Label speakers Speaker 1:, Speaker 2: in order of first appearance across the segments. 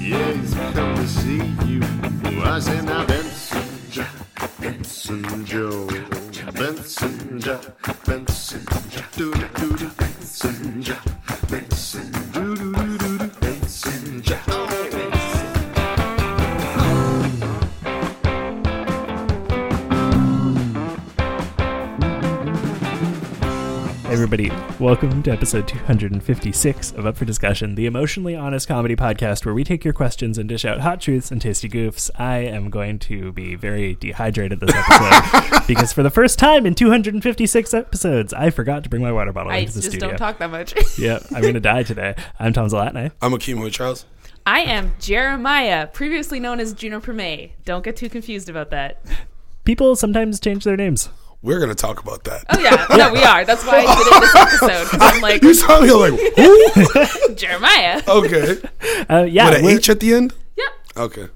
Speaker 1: Yes, come to see you. I say now, Benson Jack, Benson Joe, Benson Jack, Benson Jack, do do do do, Benson Jack, Benson do do do do do, Benson Jack. Oh, Benson.
Speaker 2: Everybody, welcome to episode 256 of Up for Discussion, the emotionally honest comedy podcast where we take your questions and dish out hot truths and tasty goofs. I am going to be very dehydrated this episode because for the first time in 256 episodes, I forgot to bring my water bottle
Speaker 3: I
Speaker 2: into the
Speaker 3: just
Speaker 2: studio.
Speaker 3: don't talk that much.
Speaker 2: Yeah, I'm going to die today. I'm Tom Zalatni.
Speaker 4: I'm Akeem Hood Charles.
Speaker 3: I am Jeremiah, previously known as Juno Permay. Don't get too confused about that.
Speaker 2: People sometimes change their names.
Speaker 4: We're gonna talk about that.
Speaker 3: Oh yeah, no, we are. That's why I did it this episode. 'cause I'm like
Speaker 4: you saw me like, who?
Speaker 3: Jeremiah.
Speaker 4: okay.
Speaker 2: Uh, yeah,
Speaker 4: With an
Speaker 2: we're-
Speaker 4: H at the end.
Speaker 3: Yep.
Speaker 4: Okay.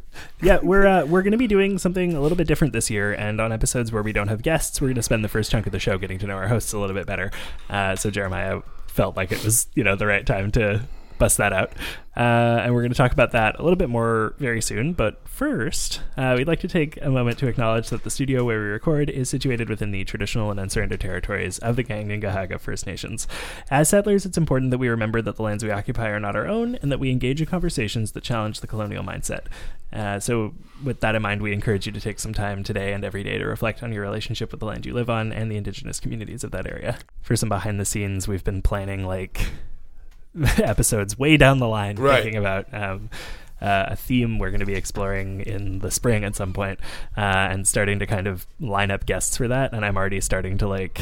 Speaker 2: Yeah, we're uh, we're going to be doing something a little bit different this year, and on episodes where we don't have guests, we're going to spend the first chunk of the show getting to know our hosts a little bit better. Uh, so Jeremiah felt like it was you know the right time to bust that out, uh, and we're going to talk about that a little bit more very soon. But first, uh, we'd like to take a moment to acknowledge that the studio where we record is situated within the traditional and unsurrendered territories of the Kangangahaga First Nations. As settlers, it's important that we remember that the lands we occupy are not our own, and that we engage in conversations that challenge the colonial mindset. Uh, so, with that in mind, we encourage you to take some time today and every day to reflect on your relationship with the land you live on and the indigenous communities of that area. For some behind the scenes, we've been planning like episodes way down the line,
Speaker 4: Right.
Speaker 2: thinking about um, uh, a theme we're going to be exploring in the spring at some point, uh, and starting to kind of line up guests for that. And I'm already starting to like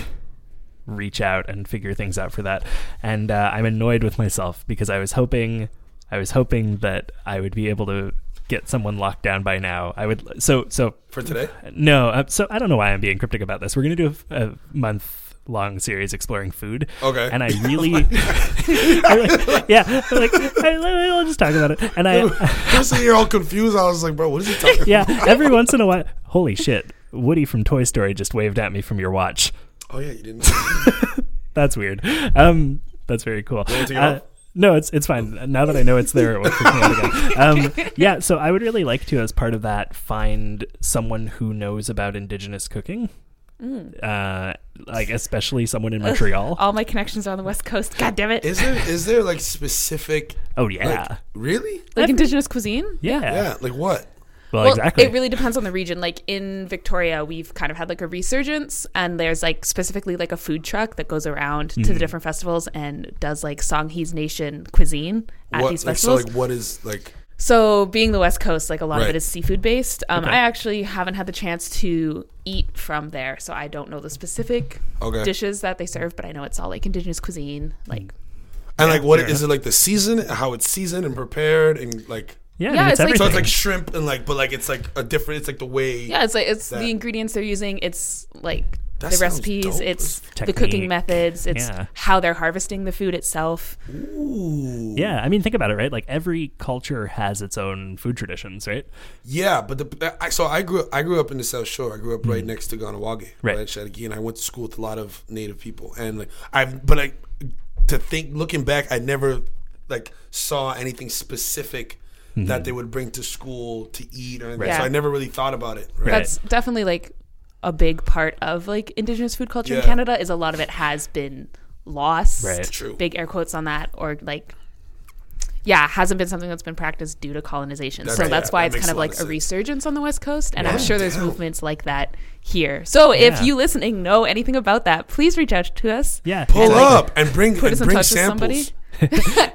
Speaker 2: reach out and figure things out for that. And uh, I'm annoyed with myself because I was hoping, I was hoping that I would be able to get someone locked down by now. I would so so
Speaker 4: For today.
Speaker 2: no. Uh, so I don't know why I'm being cryptic about this. We're gonna do a f- a, month long series exploring food.
Speaker 4: Okay.
Speaker 2: And I really, I like- yeah, I'm like I, will just talk about it. And I,
Speaker 4: I'm sitting here all confused. I was like, bro, what is he talking?
Speaker 2: yeah, every once in a while, holy shit, Woody from Toy Story just waved at me from your watch.
Speaker 4: Oh yeah, you didn't.
Speaker 2: That's weird. Um, that's very cool.
Speaker 4: take it
Speaker 2: Uh,
Speaker 4: off?
Speaker 2: no, it's it's fine. Now that I know it's there, it won't freak me out again. Um, yeah, so I would really like to, as part of that, find someone who knows about indigenous cooking. Uh, like especially someone in Montreal.
Speaker 3: All my connections are on the West Coast. God damn it!
Speaker 4: Is there is there like specific?
Speaker 2: Oh yeah,
Speaker 4: Like, really?
Speaker 3: like indigenous cuisine.
Speaker 2: yeah.
Speaker 4: Yeah. Like what?
Speaker 2: Well,
Speaker 3: Well,
Speaker 2: Oh, exactly.
Speaker 3: it really depends on the region. Like in Victoria, we've kind of had like a resurgence, and there's like specifically like a food truck that goes around to
Speaker 2: Mm-hmm.
Speaker 3: the different festivals and does like Songhees Nation cuisine at
Speaker 4: What?
Speaker 3: these
Speaker 4: Like, so
Speaker 3: festivals.
Speaker 4: like what is like?
Speaker 3: So, being the West Coast, like a lot of
Speaker 4: Right.
Speaker 3: it is seafood based. Um,
Speaker 2: Okay.
Speaker 3: I actually haven't had the chance to eat from there, so I don't know the specific
Speaker 4: Okay. Hmm.
Speaker 3: dishes that they serve, but I know it's all like indigenous cuisine. Like,
Speaker 4: And like what is
Speaker 2: fair
Speaker 4: it like the season? How it's seasoned and prepared and like.
Speaker 2: yeah, I
Speaker 3: Yeah,
Speaker 2: mean, it's,
Speaker 3: it's like-
Speaker 4: So
Speaker 2: everything.
Speaker 4: it's like shrimp and like, but like it's like a different. It's like the way.
Speaker 3: yeah, it's like it's
Speaker 4: That-
Speaker 3: the ingredients they're using. It's like
Speaker 4: That
Speaker 3: the
Speaker 4: sounds
Speaker 3: recipes.
Speaker 4: dope.
Speaker 3: It's the
Speaker 2: Technique.
Speaker 3: cooking methods. It's
Speaker 2: Yeah.
Speaker 3: how they're harvesting the food itself.
Speaker 4: Ooh.
Speaker 2: yeah, I mean, think about it, right? Like every culture has its own food traditions, right?
Speaker 4: Yeah, but the I, so I grew I grew up in the South Shore. I grew up right next to Ganawage,
Speaker 2: Mm. Right.
Speaker 4: right, Chattagee, and I went to school with a lot of Native people. And like I, but I, to think looking back, I never like saw anything specific
Speaker 2: Mm-hmm.
Speaker 4: that they would bring to school to eat or anything.
Speaker 3: Right.
Speaker 4: So I never really thought about it. Right.
Speaker 2: Right.
Speaker 3: That's definitely like a big part of like indigenous food culture in
Speaker 4: Yeah.
Speaker 3: Canada. Is a lot of it has been lost.
Speaker 2: Right.
Speaker 4: True.
Speaker 3: big air quotes on that or like yeah hasn't been something that's been practiced due to colonization
Speaker 4: That's
Speaker 3: so
Speaker 4: right.
Speaker 3: that's
Speaker 4: Yeah,
Speaker 3: why
Speaker 4: that
Speaker 3: it's
Speaker 4: makes
Speaker 3: kind of
Speaker 4: a lot
Speaker 3: like
Speaker 4: of
Speaker 3: a
Speaker 4: sense.
Speaker 3: resurgence on the west coast and i'm
Speaker 4: Yeah.
Speaker 3: sure there's
Speaker 4: Damn.
Speaker 3: movements like that here so
Speaker 2: Yeah.
Speaker 3: if you listening know anything about that please reach out to us
Speaker 2: Yeah,
Speaker 4: Pull
Speaker 2: exactly.
Speaker 4: up and bring
Speaker 3: put
Speaker 4: and
Speaker 3: us in
Speaker 4: bring
Speaker 3: touch with
Speaker 4: samples.
Speaker 3: somebody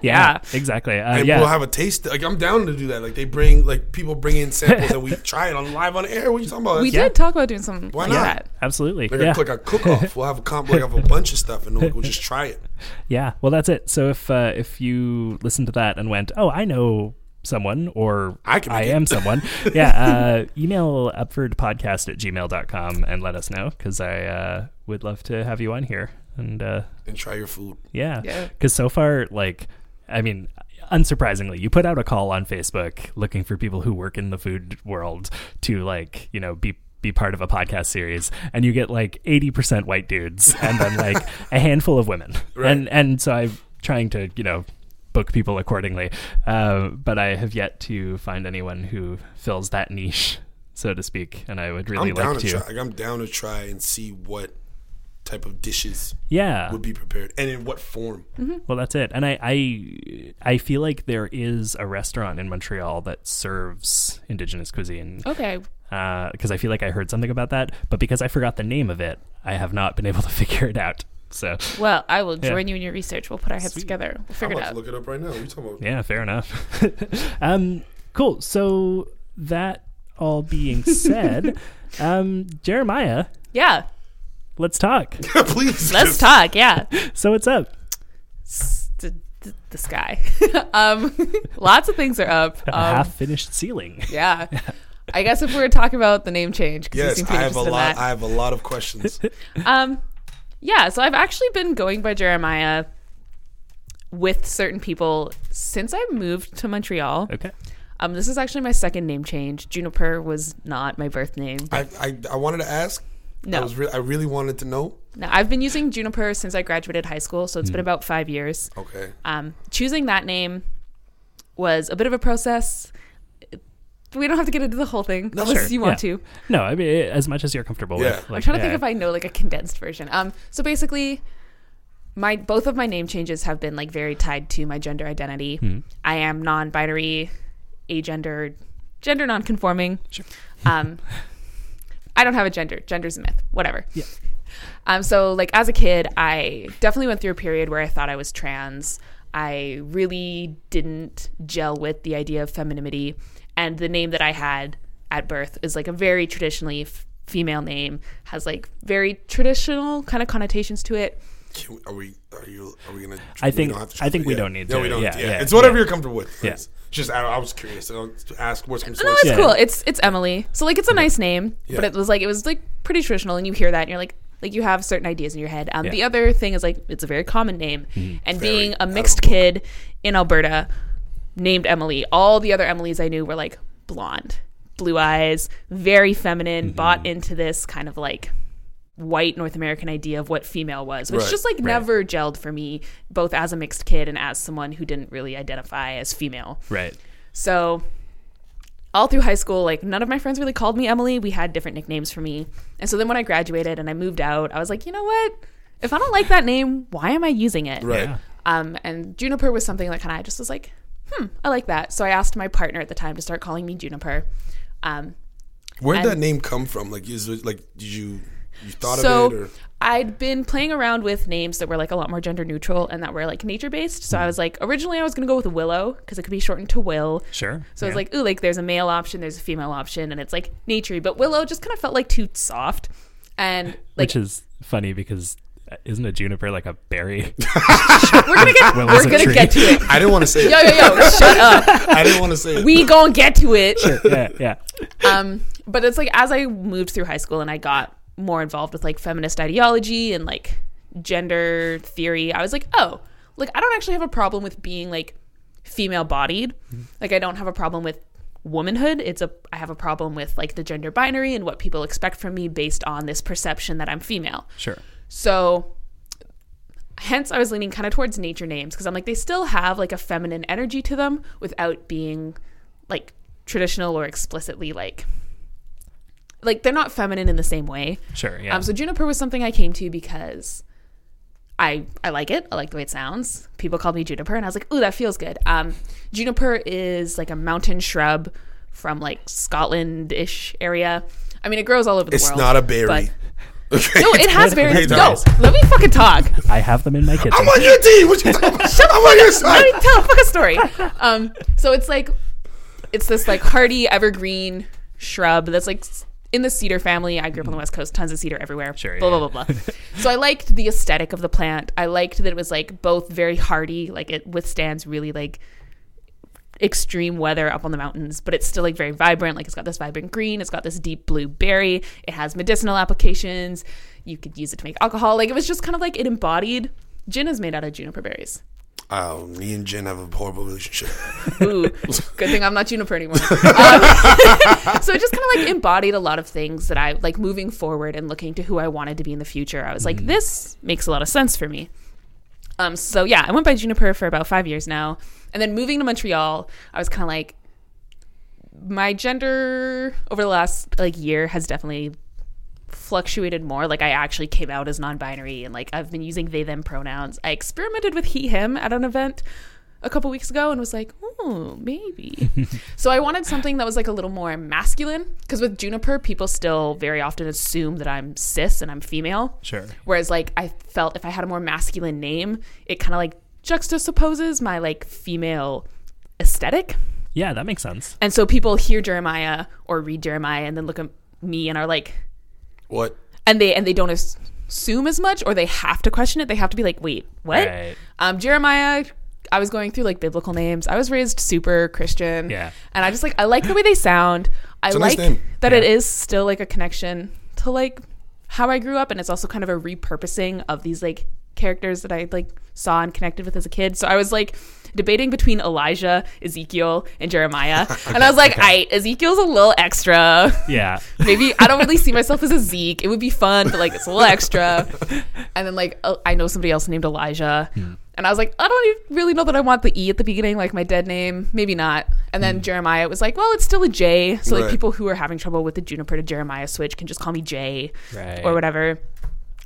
Speaker 2: Yeah, exactly. Uh,
Speaker 4: And
Speaker 2: yeah,
Speaker 4: we'll have a taste. Like I'm down to do that. Like they bring like people bring in samples and we try it on live on air. What are you talking about?
Speaker 3: we
Speaker 4: That's-
Speaker 3: did talk about doing something
Speaker 4: Why
Speaker 3: like
Speaker 4: not?
Speaker 3: that
Speaker 2: absolutely.
Speaker 4: Like,
Speaker 2: yeah.
Speaker 4: a, like a cook off. We'll have a comp. Like have a bunch of stuff and we'll, we'll just try it.
Speaker 2: Yeah, well, that's it. So if uh, if you listened to that and went, "Oh, I know someone," or
Speaker 4: I can make it."
Speaker 2: am someone," yeah, uh, email upfordpodcast at gmail.com and let us know because I uh, would love to have you on here. And uh,
Speaker 4: and try your food.
Speaker 2: yeah,
Speaker 3: Yeah.
Speaker 2: because so far, like, I mean, unsurprisingly, you put out a call on Facebook looking for people who work in the food world to like, you know, be be part of a podcast series and you get like 80% white dudes and then like a handful of women. And and so I'm trying to, you know, book people accordingly. Uh, but I have yet to find anyone who fills that niche, so to speak, and I would really
Speaker 4: I'm down
Speaker 2: like
Speaker 4: to
Speaker 2: to.
Speaker 4: try. Like, I'm down to try and see what type of dishes
Speaker 2: Yeah.
Speaker 4: would be prepared and in what form.
Speaker 2: Well, that's it. And I, I I feel like there is a restaurant in Montreal that serves indigenous cuisine
Speaker 3: Okay.
Speaker 2: because I feel like I heard something about that, but because I forgot the name of it, I have not been able to figure it out. So
Speaker 3: Well, I will join you in your research. We'll put our heads together. We'll
Speaker 4: I'm
Speaker 3: figure it
Speaker 4: about to
Speaker 3: out.
Speaker 4: look it up right now. What are you talking about?
Speaker 2: yeah, fair enough. um, cool. So that all being said, um, Jeremiah,
Speaker 3: yeah.
Speaker 2: let's talk.
Speaker 4: Please.
Speaker 3: Let's
Speaker 4: just-
Speaker 3: talk. Yeah.
Speaker 2: So what's up?
Speaker 3: The, the, the sky. um, lots of things are up.
Speaker 2: A
Speaker 3: Um,
Speaker 2: half finished ceiling.
Speaker 3: yeah. I guess if we were talking about the name change, because you
Speaker 4: Yes,
Speaker 3: seem
Speaker 4: I
Speaker 3: pretty
Speaker 4: have a
Speaker 3: interested in
Speaker 4: lot.
Speaker 3: that.
Speaker 4: I have a lot of questions.
Speaker 3: Um, yeah, so I've actually been going by Jeremiah with certain people since I moved to Montreal.
Speaker 2: Okay.
Speaker 3: Um, this is actually my second name change. Juniper was not my birth name.
Speaker 4: I, I I wanted to ask.
Speaker 3: No.
Speaker 4: I, was re- I really wanted to know.
Speaker 3: Now, I've been using Juniper since I graduated high school, so it's
Speaker 2: Hmm.
Speaker 3: been about five years.
Speaker 4: Okay.
Speaker 3: Um, choosing that name was a bit of a process. We don't have to get into the whole thing unless you want
Speaker 2: Yeah.
Speaker 3: to.
Speaker 2: No, I mean as much as you're comfortable
Speaker 4: Yeah.
Speaker 2: with.
Speaker 4: I'm
Speaker 2: Like,
Speaker 3: I'm trying to
Speaker 2: yeah.
Speaker 3: think if I know like a condensed version. Um, so basically, my both of my name changes have been like very tied to my gender identity. I am non-binary, agender, gender non-conforming. Sure. Um, I don't have a gender. Gender's a myth. Whatever.
Speaker 2: Yeah.
Speaker 3: Um, so like as a kid, I definitely went through a period where I thought I was trans. I really didn't gel with the idea of femininity, and the name that I had at birth is like a very traditionally f- female name, has like very traditional kind of connotations to it.
Speaker 4: Can we, are we? Are you? Are we gonna?
Speaker 2: I think-
Speaker 4: we don't have to
Speaker 2: I think we
Speaker 4: yeah.
Speaker 2: don't need
Speaker 4: No,
Speaker 2: to.
Speaker 4: we don't.
Speaker 2: Yeah,
Speaker 4: Yeah,
Speaker 2: yeah,
Speaker 4: it's whatever
Speaker 2: yeah.
Speaker 4: you're comfortable with.
Speaker 2: Yeah.
Speaker 4: It's just I, I was curious. I don't- to ask what's comes
Speaker 3: No,
Speaker 4: first.
Speaker 3: it's
Speaker 2: Yeah.
Speaker 3: cool. It's it's Emily. So like it's a nice name, but
Speaker 4: Yeah.
Speaker 3: it was like it was like pretty traditional, and you hear that, and you're like. Like you have certain ideas in your head. Um,
Speaker 2: Yeah.
Speaker 3: The other thing is like it's a very common name, and
Speaker 4: Mm-hmm. Very
Speaker 3: being a
Speaker 4: out of
Speaker 3: mixed
Speaker 4: book.
Speaker 3: kid in Alberta, named Emily, all the other Emilys I knew were like blonde, blue eyes, very feminine,
Speaker 4: Mm-hmm.
Speaker 3: bought into this kind of like white North American idea of what female was, which
Speaker 4: Right,
Speaker 3: just like never gelled for me, both as a mixed kid and as someone who didn't really identify as female.
Speaker 2: Right.
Speaker 3: So all through high school, like none of my friends really called me Emily. We had different nicknames for me. And so then when I graduated and I moved out, I was like, you know what? If I don't like that name, why am I using it?
Speaker 4: Right.
Speaker 2: Yeah.
Speaker 3: Um, and Juniper was something that kind of I just was like, hmm, I like that. So I asked my partner at the time to start calling me Juniper. Um,
Speaker 4: Where did
Speaker 3: And-
Speaker 4: that name come from? Like, is it, like did you you thought
Speaker 3: so
Speaker 4: of it or
Speaker 3: I'd been playing around with names that were like a lot more gender neutral and that were like nature based.
Speaker 4: Hmm.
Speaker 3: So I was like, originally I was going to go with Willow because it could be shortened to Will.
Speaker 2: Sure.
Speaker 3: So
Speaker 2: Yeah.
Speaker 3: it's like, ooh, like there's a male option, there's a female option, and it's like naturey. But Willow just kind of felt like too soft. And like
Speaker 2: which is funny because uh, isn't a juniper like a berry?
Speaker 3: we're gonna get
Speaker 2: Willow's
Speaker 3: we're
Speaker 2: a
Speaker 3: gonna
Speaker 2: tree.
Speaker 3: get to it.
Speaker 4: I didn't want to say
Speaker 3: Yo
Speaker 4: it.
Speaker 3: yo yo, shut up.
Speaker 4: I didn't want to say it.
Speaker 3: We gonna get to it.
Speaker 2: yeah. Yeah.
Speaker 3: um, but it's like as I moved through high school and I got more involved with like feminist ideology and like gender theory, I was like, oh, like I don't actually have a problem with being like female bodied.
Speaker 2: Mm-hmm.
Speaker 3: Like I don't have a problem with womanhood. It's a I have a problem with like the gender binary and what people expect from me based on this perception that I'm female.
Speaker 2: Sure.
Speaker 3: So hence I was leaning kind of towards nature names because I'm like they still have like a feminine energy to them without being like traditional or explicitly like like they're not feminine in the same way.
Speaker 2: Sure. Yeah.
Speaker 3: Um so juniper was something I came to because I I like it. I like the way it sounds. People called me juniper and I was like, "Ooh, that feels good." Um juniper is like a mountain shrub from like Scotland-ish area. I mean, it grows all over the
Speaker 4: it's
Speaker 3: world.
Speaker 4: not a berry.
Speaker 3: but-
Speaker 4: okay.
Speaker 3: no, it has
Speaker 2: Wait a
Speaker 3: berries.
Speaker 2: minute.
Speaker 3: No, let me fucking talk.
Speaker 2: I have them in my kitchen.
Speaker 4: I'm on your team. What you talking about? I'm on your side.
Speaker 3: Let me tell a fucking story. Um, so it's like, it's this like hardy evergreen shrub that's like s- in the cedar family. I grew up on the west coast, tons of cedar everywhere.
Speaker 2: Sure,
Speaker 3: blah,
Speaker 2: yeah.
Speaker 3: blah blah blah. so I liked the aesthetic of the plant. I liked that it was like both very hardy, like it withstands really like extreme weather up on the mountains, but it's still like very vibrant. Like it's got this vibrant green, it's got this deep blue berry, it has medicinal applications. You could use it to make alcohol. Like it was just kind of like it embodied. Gin is made out of juniper berries.
Speaker 4: Oh, me and Jen have a horrible relationship.
Speaker 3: Ooh, good thing I'm not Juniper anymore. Um, so it just kind of like embodied a lot of things that I like moving forward and looking to who I wanted to be in the future. I was like, this makes a lot of sense for me. Um, so yeah, I went by Juniper for about five years now, and then moving to Montreal, I was kind of like, my gender over the last like year has definitely fluctuated more. Like I actually came out as non-binary, and like I've been using they them pronouns. I experimented with he him at an event a couple weeks ago and was like, oh, maybe. so I wanted something that was like a little more masculine because with Juniper, people still very often assume that I'm cis and I'm female.
Speaker 2: Sure.
Speaker 3: Whereas like I felt if I had a more masculine name, it kind of like juxtaposes my like female aesthetic.
Speaker 2: Yeah, that makes sense.
Speaker 3: And so people hear Jeremiah or read Jeremiah and then look at me and are like,
Speaker 4: What?
Speaker 3: and they and they don't as- assume as much or they have to question it. They have to be like, wait, what?
Speaker 2: Right.
Speaker 3: Um, Jeremiah. I was going through like biblical names. I was raised super Christian.
Speaker 2: Yeah.
Speaker 3: And I just like I like the way they sound. I
Speaker 4: a nice
Speaker 3: like
Speaker 4: name.
Speaker 3: that it is still like a connection to like how I grew up and it's also kind of a repurposing of these like characters that I like saw and connected with as a kid. So I was like debating between Elijah, Ezekiel, and Jeremiah. and I was like, I Ezekiel's a little extra.
Speaker 2: Yeah.
Speaker 3: Maybe I don't really see myself as a Zeke. It would be fun, but like it's a little extra. And then like uh, I know somebody else named Elijah, and I was like, I don't even really know that I want the E at the beginning, like my dead name. Maybe not. And then Jeremiah was like, well, it's still a J. So like
Speaker 4: Right.
Speaker 3: people who are having trouble with the Juniper to Jeremiah switch can just call me J
Speaker 2: Right.
Speaker 3: or whatever.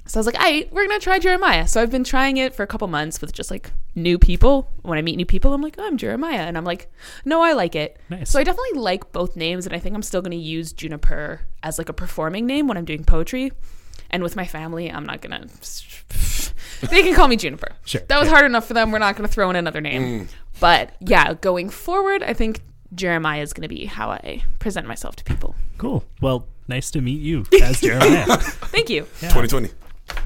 Speaker 3: So I was like, all right, we're gonna try Jeremiah. So I've been trying it for a couple months with just like new people. When I meet new people, I'm like, oh, I'm Jeremiah, and I'm like, no, I like it.
Speaker 2: Nice.
Speaker 3: So I definitely like both names, and I think I'm still gonna use Juniper as like a performing name when I'm doing poetry. And with my family, I'm not gonna. They can call me Juniper.
Speaker 2: Sure,
Speaker 3: That was
Speaker 2: yeah.
Speaker 3: hard enough for them. We're not gonna throw in another name. But yeah, going forward, I think Jeremiah is gonna be how I present myself to people.
Speaker 2: Cool. Well, nice to meet you as Jeremiah.
Speaker 3: Thank you.
Speaker 2: Yeah.
Speaker 4: 2020.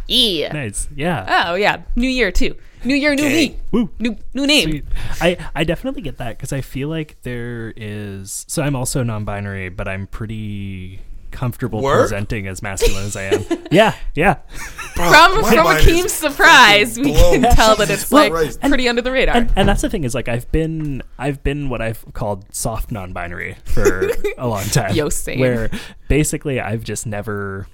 Speaker 3: Yeah.
Speaker 2: Nice. Yeah.
Speaker 3: Oh yeah, New Year too. New Year, new me,
Speaker 2: Woo.
Speaker 3: new new name.
Speaker 2: Sweet. I, I definitely get that because I feel like there is. So I'm also non binary, but I'm pretty comfortable
Speaker 4: Were?
Speaker 2: presenting as masculine as I am. yeah. Yeah.
Speaker 3: From
Speaker 4: my
Speaker 3: from
Speaker 4: mind
Speaker 3: Akeem's
Speaker 4: is
Speaker 3: surprise, we
Speaker 4: blown.
Speaker 3: can tell that
Speaker 4: Jesus
Speaker 3: it's like
Speaker 4: Christ.
Speaker 3: pretty under the radar.
Speaker 2: And that's the thing is like I've been I've been what I've called soft non-binary for a long time.
Speaker 3: Yo, same.
Speaker 2: Where basically I've just never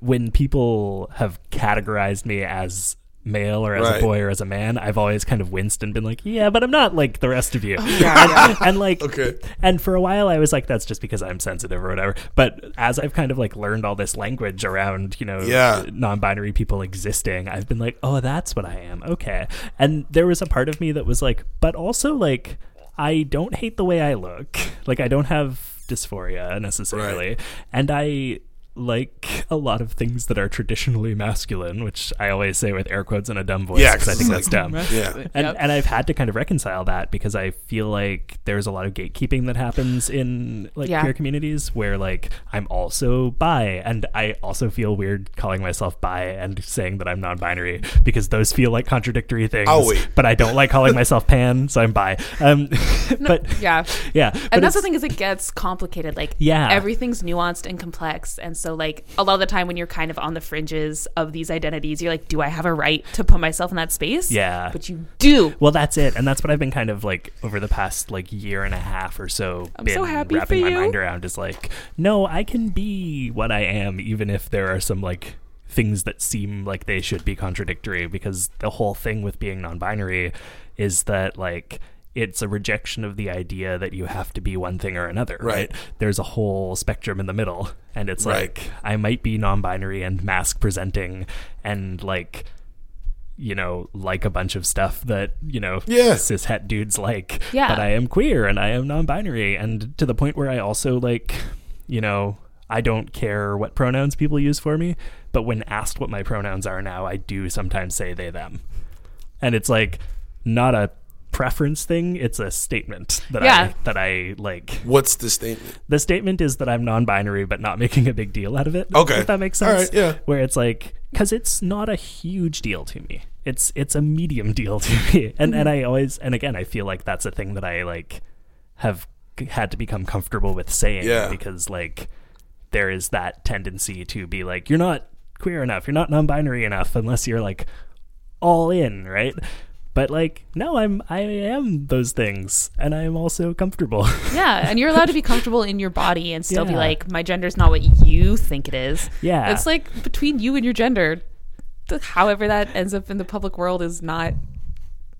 Speaker 2: when people have categorized me as male or as
Speaker 4: Right.
Speaker 2: a boy or as a man, I've always kind of winced and been like, yeah, but I'm not like the rest of you.
Speaker 3: Oh, yeah, yeah.
Speaker 2: and like
Speaker 4: Okay.
Speaker 2: and for a while I was like that's just because I'm sensitive or whatever. But as I've kind of like learned all this language around, you know,
Speaker 4: Yeah.
Speaker 2: non-binary people existing, I've been like, "Oh, that's what I am." Okay. And there was a part of me that was like, but also like I don't hate the way I look. Like I don't have dysphoria necessarily. And I like a lot of things that are traditionally masculine, which I always say with air quotes and a dumb voice
Speaker 4: Yeah,
Speaker 2: because I
Speaker 4: 'cause
Speaker 2: think that's
Speaker 4: it's
Speaker 2: dumb
Speaker 4: Yeah.
Speaker 2: and,
Speaker 3: Yep.
Speaker 2: and I've had to kind of reconcile that because I feel like there's a lot of gatekeeping that happens in like
Speaker 3: Yeah.
Speaker 2: queer communities where like I'm also bi and I also feel weird calling myself bi and saying that I'm non-binary because those feel like contradictory things.
Speaker 4: I'll wait.
Speaker 2: But I don't like calling myself pan, so I'm bi. Um, but
Speaker 3: yeah.
Speaker 2: yeah, but
Speaker 3: And that's the
Speaker 2: it's-
Speaker 3: thing is it gets complicated. Like
Speaker 2: Yeah.
Speaker 3: everything's nuanced and complex. And so like a lot of the time when you're kind of on the fringes of these identities, you're like, do I have a right to put myself in that space?
Speaker 2: Yeah.
Speaker 3: But you do.
Speaker 2: Well, that's it, and that's what I've been kind of like over the past like year and a half or so.
Speaker 3: I'm
Speaker 2: been
Speaker 3: so happy
Speaker 2: wrapping
Speaker 3: for
Speaker 2: my
Speaker 3: you.
Speaker 2: mind around is like, no, I can be what I am, even if there are some like things that seem like they should be contradictory. Because the whole thing with being non-binary is that like it's a rejection of the idea that you have to be one thing or another.
Speaker 4: Right.
Speaker 2: There's a whole spectrum in the middle, and it's
Speaker 4: Right.
Speaker 2: like I might be non-binary and mask presenting, and like you know, like a bunch of stuff that, you know,
Speaker 4: Yeah.
Speaker 2: cis het dudes like.
Speaker 3: Yeah.
Speaker 2: But I am queer and I am non binary. And to the point where I also like, you know, I don't care what pronouns people use for me. But when asked what my pronouns are now, I do sometimes say they, them. And it's like not a preference thing, it's a statement that
Speaker 3: Yeah.
Speaker 2: I that I like
Speaker 4: What's the statement?
Speaker 2: the statement is that I'm non-binary, but not making a big deal out of it.
Speaker 4: Okay.
Speaker 2: if that makes
Speaker 4: All
Speaker 2: sense.
Speaker 4: right, yeah.
Speaker 2: where it's like because it's not a huge deal to me. It's it's a medium deal to me, and and I always and again I feel like that's a thing that I like have c- had to become comfortable with saying
Speaker 4: Yeah.
Speaker 2: because like there is that tendency to be like you're not queer enough, you're not non-binary enough unless you're like all in, right? But like no, I'm I am those things, and I'm also comfortable.
Speaker 3: Yeah, and you're allowed to be comfortable in your body and still be
Speaker 2: Yeah.
Speaker 3: like, my gender's not what you think it is.
Speaker 2: Yeah.
Speaker 3: It's like between you and your gender, the- however that ends up in the public world is not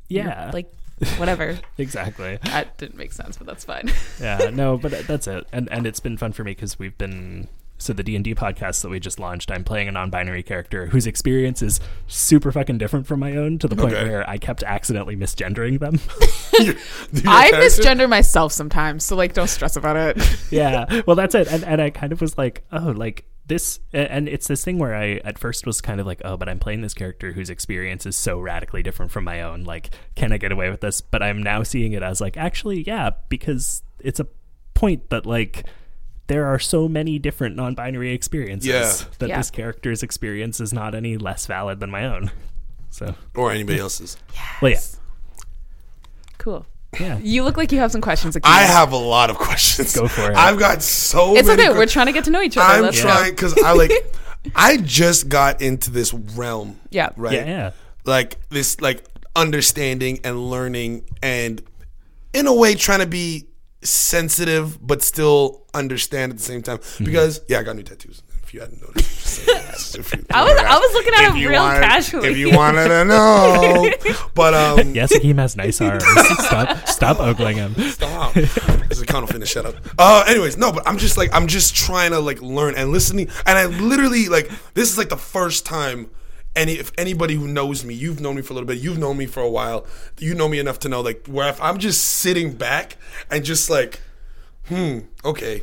Speaker 2: yeah,
Speaker 3: like whatever.
Speaker 2: exactly.
Speaker 3: that didn't make sense, but that's fine.
Speaker 2: yeah no but th- that's it and and it's been fun for me because we've been so the d&d podcast that we just launched i'm playing a non-binary character whose experience is super fucking different from my own to the point
Speaker 4: Okay.
Speaker 2: where i kept accidentally misgendering them
Speaker 4: Your- your
Speaker 3: I
Speaker 4: character?
Speaker 3: misgender myself sometimes, so like don't stress about it.
Speaker 2: yeah well that's it and, and i kind of was like oh like this a- and it's this thing where i at first was kind of like oh but i'm playing this character whose experience is so radically different from my own like can i get away with this but i'm now seeing it as like actually yeah because it's a point that like there are so many different non-binary experiences
Speaker 4: Yeah.
Speaker 2: that
Speaker 3: Yeah.
Speaker 2: this character's experience is not any less valid than my own so
Speaker 4: Or anybody else's.
Speaker 2: well yeah
Speaker 3: Cool.
Speaker 2: yeah
Speaker 3: You look like you have some questions. Akina.
Speaker 4: I have a lot of questions.
Speaker 2: Go for it.
Speaker 4: I've got so
Speaker 3: It's
Speaker 4: many
Speaker 3: okay. We're
Speaker 4: questions.
Speaker 3: trying to get to know each other.
Speaker 4: I'm
Speaker 3: Let's go.
Speaker 4: trying because I like. I just got into this realm.
Speaker 3: Yeah.
Speaker 4: Right.
Speaker 2: yeah yeah
Speaker 4: Like this, like understanding and learning, and in a way trying to be sensitive but still understand at the same time. Because yeah, I got new tattoos. If you hadn't noticed, If you-
Speaker 3: I was I was looking at
Speaker 4: if
Speaker 3: him
Speaker 4: you
Speaker 3: real
Speaker 4: wanted-
Speaker 3: casually.
Speaker 4: If you wanted to know, but um,
Speaker 2: yes he has nice arms stop stop ogling him
Speaker 4: Stop. this is a kind of finish. Shut up. Uh, anyways, no, but I'm just like I'm just trying to like learn and listening, and I literally like this is like the first time. Any if anybody who knows me, you've known me for a little bit, you've known me for a while, you know me enough to know like where if I'm just sitting back and just like, hmm, okay.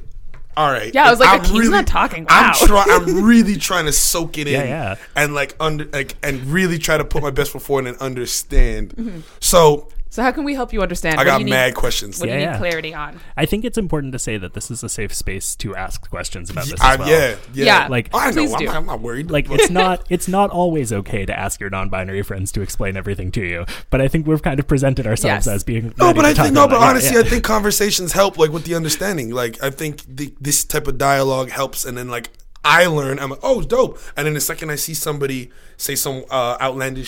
Speaker 4: All right.
Speaker 3: Yeah, I was like,
Speaker 4: I'm
Speaker 3: "He's not talking." Wow.
Speaker 4: I'm try- I'm really trying to soak it in,
Speaker 2: yeah.
Speaker 4: and like under, like, and really try to put my best foot forward and understand. So
Speaker 3: so how can we help you understand?
Speaker 4: I
Speaker 3: Mm-hmm. What
Speaker 4: got
Speaker 3: do you
Speaker 4: mad
Speaker 3: Need,
Speaker 4: questions.
Speaker 3: what do
Speaker 2: Yeah,
Speaker 3: you need
Speaker 2: yeah.
Speaker 3: clarity on?
Speaker 2: I think it's important to say that this is a safe space to ask questions about this.
Speaker 4: I-
Speaker 2: As well.
Speaker 4: uh, Yeah, yeah.
Speaker 3: Yeah.
Speaker 2: Like-
Speaker 4: I know.
Speaker 3: Please
Speaker 4: I'm
Speaker 3: do.
Speaker 4: not, I'm not worried.
Speaker 2: Like it's not it's not always okay to ask your non-binary friends to explain everything to you, but I think we've kind of presented ourselves
Speaker 3: Yes.
Speaker 2: as being
Speaker 4: no,
Speaker 2: ready
Speaker 4: but
Speaker 2: to
Speaker 4: I
Speaker 2: talk
Speaker 4: think no,
Speaker 2: about
Speaker 4: but
Speaker 2: it. Yeah,
Speaker 4: honestly,
Speaker 2: yeah.
Speaker 4: I think conversations help, like with the understanding. Like I think the, this type of dialogue helps, and then like I learn, I'm like, oh, dope. And then the second I see somebody say some uh, outlandish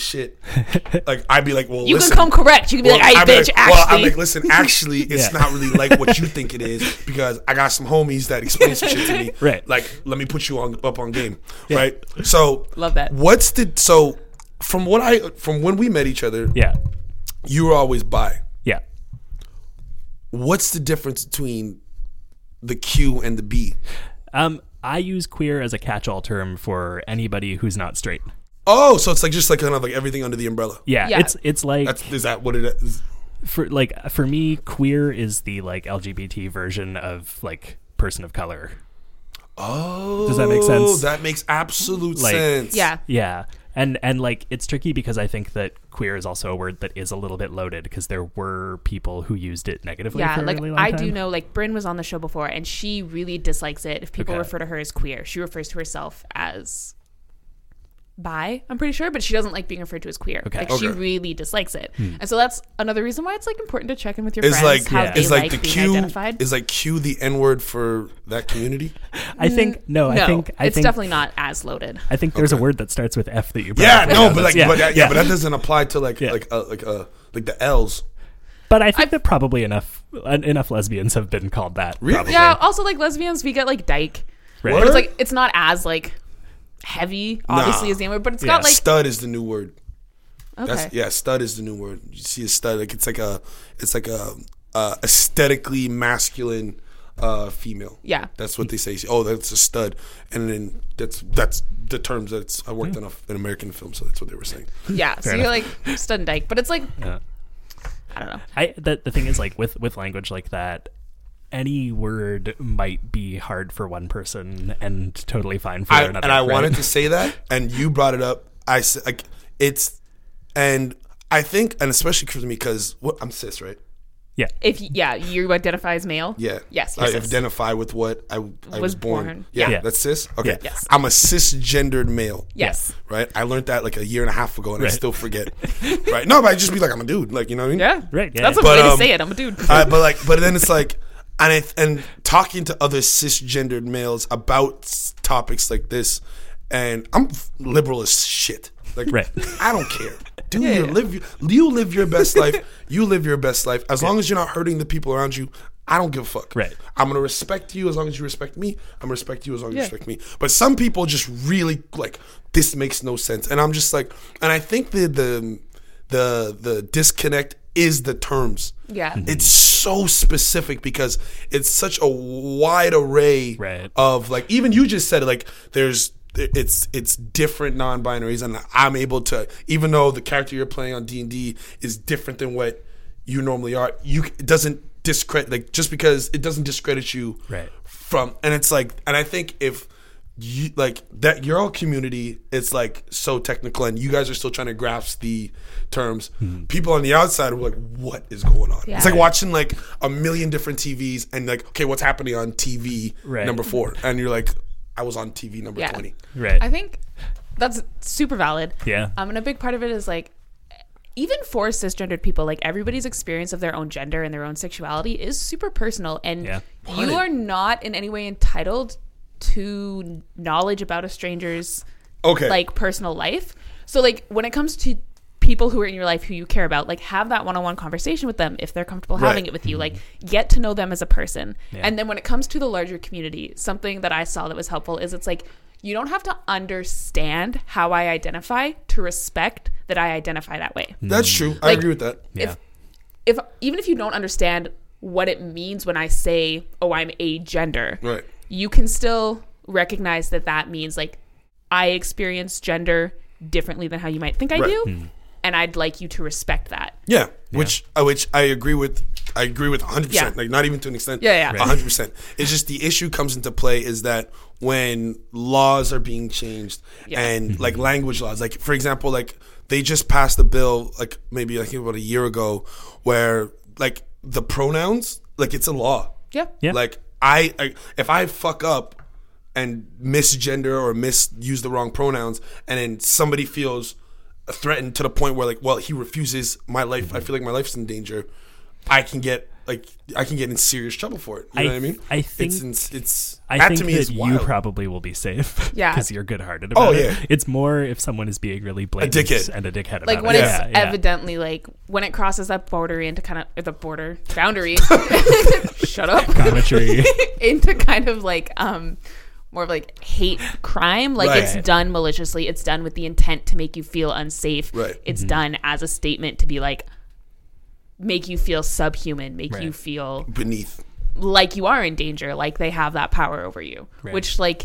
Speaker 4: shit, like I'd be like, well,
Speaker 3: You
Speaker 4: listen,
Speaker 3: can come correct. You can be like, "Hey,
Speaker 4: I'd be
Speaker 3: bitch,
Speaker 4: like- Well, I'm
Speaker 3: actually."
Speaker 4: like, listen, actually, it's
Speaker 2: Yeah.
Speaker 4: not really like what you think it is because I got some homies that explain some shit to me.
Speaker 2: Right.
Speaker 4: Like, let me put you on up on game. Right. So
Speaker 3: Love that.
Speaker 4: What's the so from what I from when we met each other,
Speaker 2: yeah,
Speaker 4: you were always bi.
Speaker 2: yeah.
Speaker 4: What's the difference between the Q and the B?
Speaker 2: Um, I use queer as a catch-all term for anybody who's not straight.
Speaker 4: Oh, so it's like just like kind of like everything under the umbrella.
Speaker 2: Yeah,
Speaker 3: Yeah.
Speaker 2: it's it's like
Speaker 4: That's is that what it is?
Speaker 2: for like for me, queer is the like LGBT version of like person of color.
Speaker 4: Oh,
Speaker 2: that make sense?
Speaker 4: That makes absolute
Speaker 2: Like-
Speaker 4: sense.
Speaker 3: Yeah.
Speaker 2: Yeah. And and like it's tricky because I think that queer is also a word that is a little bit loaded because there were people who used it negatively.
Speaker 3: Yeah,
Speaker 2: for a
Speaker 3: like
Speaker 2: really long
Speaker 3: I
Speaker 2: time.
Speaker 3: do know, like Bryn was on the show before, and she really dislikes it if people
Speaker 2: Okay.
Speaker 3: refer to her as queer. She refers to herself as bi, I'm pretty sure, but she doesn't like being referred to as queer. Like she
Speaker 4: Okay.
Speaker 3: really dislikes it, and so that's another reason why it's like important to check in with your
Speaker 4: It's
Speaker 3: friends
Speaker 4: like
Speaker 3: how
Speaker 2: Hmm. Yeah.
Speaker 3: they
Speaker 4: it's like, the
Speaker 3: being
Speaker 4: Q
Speaker 3: identified.
Speaker 4: is like Q the N word for that community.
Speaker 2: I think no, I
Speaker 3: Mm, no,
Speaker 2: think I
Speaker 3: it's
Speaker 2: think
Speaker 3: definitely not as loaded.
Speaker 2: I think there's a word that starts with F that you.
Speaker 4: Yeah,
Speaker 2: probably
Speaker 4: no,
Speaker 2: know
Speaker 4: but
Speaker 2: this.
Speaker 4: like,
Speaker 2: yeah,
Speaker 4: but that, yeah,
Speaker 2: yeah.
Speaker 4: but that doesn't apply to like
Speaker 2: Yeah.
Speaker 4: like uh, like uh like the L's.
Speaker 2: But I think that probably enough en- enough lesbians have been called that.
Speaker 4: Really?
Speaker 2: Probably.
Speaker 3: Yeah. Also, like lesbians, we get like dyke,
Speaker 2: Right.
Speaker 3: but it's like it's not as like heavy, obviously, as the word, but it's got
Speaker 2: Yeah.
Speaker 3: like
Speaker 4: stud is the new word.
Speaker 3: okay,
Speaker 4: That's yeah, stud is the new word. You see a stud, like it's like a it's like a uh, aesthetically masculine uh female.
Speaker 3: Yeah.
Speaker 4: That's what they say. Oh, that's a stud. And then that's that's the terms that's I
Speaker 2: Hmm.
Speaker 4: worked on a, an American film, so that's what they were saying.
Speaker 3: yeah. So you're like stud and dyke, but it's like
Speaker 2: Yeah.
Speaker 3: I don't know.
Speaker 2: I the the thing is like with with language like that. Any word might be hard for one person and totally fine for
Speaker 4: I,
Speaker 2: another.
Speaker 4: and I
Speaker 2: right?
Speaker 4: wanted to say that, and you brought it up. I s- like it's, and I think, and especially for me, because what I'm cis, right?
Speaker 2: Yeah.
Speaker 3: If y- yeah, you identify as male.
Speaker 4: Yeah.
Speaker 3: Yes.
Speaker 4: I
Speaker 3: yes, yes.
Speaker 4: identify with what I, I was, born.
Speaker 3: born.
Speaker 4: Yeah.
Speaker 2: Yeah.
Speaker 4: That's cis. Okay.
Speaker 2: Yeah.
Speaker 3: Yes.
Speaker 4: I'm a cisgendered male.
Speaker 3: Yes.
Speaker 4: Right. I learned that like a year and a half ago, and
Speaker 2: Right.
Speaker 4: I still forget. right. No, but I just be like, I'm a dude. Like you know what I mean?
Speaker 3: Yeah.
Speaker 2: Right, yeah.
Speaker 3: That's a
Speaker 4: But,
Speaker 3: way
Speaker 4: um,
Speaker 3: to say it. I'm a dude.
Speaker 4: Uh, but like, but then it's like, and I, and talking to other cisgendered males about s- topics like this, and I'm f- liberal as shit. Like,
Speaker 2: Right.
Speaker 4: I don't care. Do your live your, you live your best life. You live your best life as long as you're not hurting the people around you. I don't give a fuck.
Speaker 2: Right.
Speaker 4: I'm gonna respect you as long as you respect me. I'm gonna respect you as long as
Speaker 3: Yeah.
Speaker 4: you respect me. But some people just really like this makes no sense, and I'm just like, and I think the the the the disconnect is the terms.
Speaker 3: Yeah. Mhm.
Speaker 4: It's so specific because it's such a wide array
Speaker 2: Right.
Speaker 4: of like even you just said it like there's it's it's different non-binaries and I'm able to even though the character you're playing on D&D is different than what you normally are you it doesn't discredit like just because it doesn't discredit you
Speaker 2: Right.
Speaker 4: from and it's like and I think if you like that your own community it's like so technical and you guys are still trying to grasp the terms people on the outside were like what is going on
Speaker 3: Yeah.
Speaker 4: it's like watching like a million different tvs and like okay what's happening on tv
Speaker 2: Right.
Speaker 4: number four and you're like i was on tv number
Speaker 3: Yeah.
Speaker 4: 20
Speaker 2: Right.
Speaker 3: I think that's super valid.
Speaker 2: Yeah.
Speaker 3: Um, and a big part of it is like, even for cisgendered people, like everybody's experience of their own gender and their own sexuality is super personal, and
Speaker 2: Yeah.
Speaker 3: you are not in any way entitled to knowledge about a stranger's
Speaker 4: okay
Speaker 3: like personal life. So like when it comes to people who are in your life who you care about, like have that one-on-one conversation with them if they're comfortable having
Speaker 4: Right.
Speaker 3: it with you. Like get to know them as a person. And then when it comes to the larger community, something that I saw that was helpful is it's like you don't have to understand how I identify to respect that I identify that way.
Speaker 4: that's true i
Speaker 3: Like-
Speaker 4: agree with that
Speaker 2: yeah.
Speaker 3: If even if you don't understand what it means when I say, "Oh, I'm a gender,"
Speaker 4: right
Speaker 3: you can still recognize that that means like I experience gender differently than how you might think I
Speaker 4: Right.
Speaker 3: do, and I'd like you to respect that.
Speaker 4: Yeah, which uh, which I agree with. I agree with 100. percent
Speaker 3: Yeah.
Speaker 4: Like not even to an extent.
Speaker 3: Yeah, yeah. Right.
Speaker 4: 100. percent It's just the issue comes into play is that when laws are being changed
Speaker 3: Yeah.
Speaker 4: and like language laws, like for example, like they just passed a bill like maybe I think about a year ago where like the pronouns like it's a law.
Speaker 3: Yeah.
Speaker 2: Yeah.
Speaker 4: Like I, I if I fuck up and misgender or misuse the wrong pronouns and then somebody feels threatened to the point where like well he refuses my life I feel like my life's in danger I can get like I can get in serious trouble for it you know
Speaker 2: I-
Speaker 4: what I mean
Speaker 2: I think-
Speaker 4: it's ins- it's
Speaker 2: I
Speaker 4: that
Speaker 2: think
Speaker 4: to me
Speaker 2: that
Speaker 4: is
Speaker 2: you
Speaker 4: wild.
Speaker 2: probably will be safe.
Speaker 3: Yeah.
Speaker 2: Because you're good-hearted about
Speaker 4: Oh,
Speaker 2: it.
Speaker 4: yeah.
Speaker 2: It's more if someone is being really blatant
Speaker 4: dickhead.
Speaker 2: and a dickhead
Speaker 3: Like
Speaker 2: about
Speaker 3: when
Speaker 2: it.
Speaker 3: it's
Speaker 2: yeah, yeah.
Speaker 3: evidently like when it crosses that border into kind of or the border boundary. shut up.
Speaker 2: Commentary.
Speaker 3: into kind of like um more of like hate crime like
Speaker 4: Right.
Speaker 3: it's done maliciously it's done with the intent to make you feel unsafe
Speaker 4: Right.
Speaker 3: it's
Speaker 2: Mm-hmm.
Speaker 3: done as a statement to be like make you feel subhuman make you
Speaker 2: Right.
Speaker 3: feel
Speaker 4: beneath
Speaker 3: like you are in danger, like they have that power over you, which like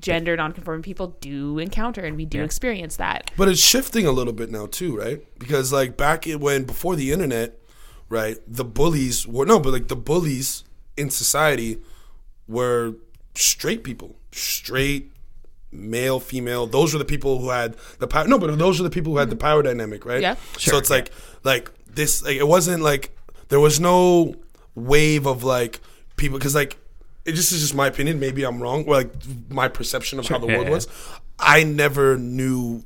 Speaker 3: gender nonconforming people do encounter and we do experience that.
Speaker 4: But it's shifting a little bit now too, right? Because like back in- when before the internet, right, the bullies were no, but like the bullies in society were straight people, straight male, female. Those were the people who had the power. No, but those were the people who had the power dynamic, right?
Speaker 3: Yeah.
Speaker 4: so it's like like this. Like it wasn't like there was no wave of like people because like. It just is just my opinion. Maybe I'm wrong. Or like my perception of how the
Speaker 2: Yeah,
Speaker 4: world
Speaker 2: yeah.
Speaker 4: was. I never knew,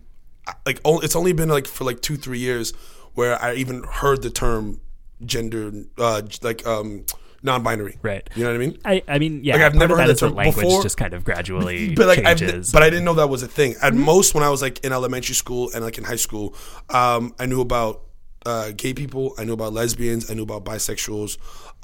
Speaker 4: like, o- it's only been like for like two, three years where I even heard the term gender, uh, j- like, um, non-binary.
Speaker 2: Right.
Speaker 4: You know what I mean?
Speaker 2: I, I mean, yeah.
Speaker 4: Like, I've
Speaker 2: part of
Speaker 4: never
Speaker 2: that
Speaker 4: heard the
Speaker 2: is that
Speaker 4: term
Speaker 2: language
Speaker 4: before,
Speaker 2: just kind of gradually
Speaker 4: But like, I've,
Speaker 2: changes.
Speaker 4: but I didn't know that was a thing. At most, when I was like in elementary school and like in high school, um, I knew about uh, gay people. I knew about lesbians. I knew about bisexuals.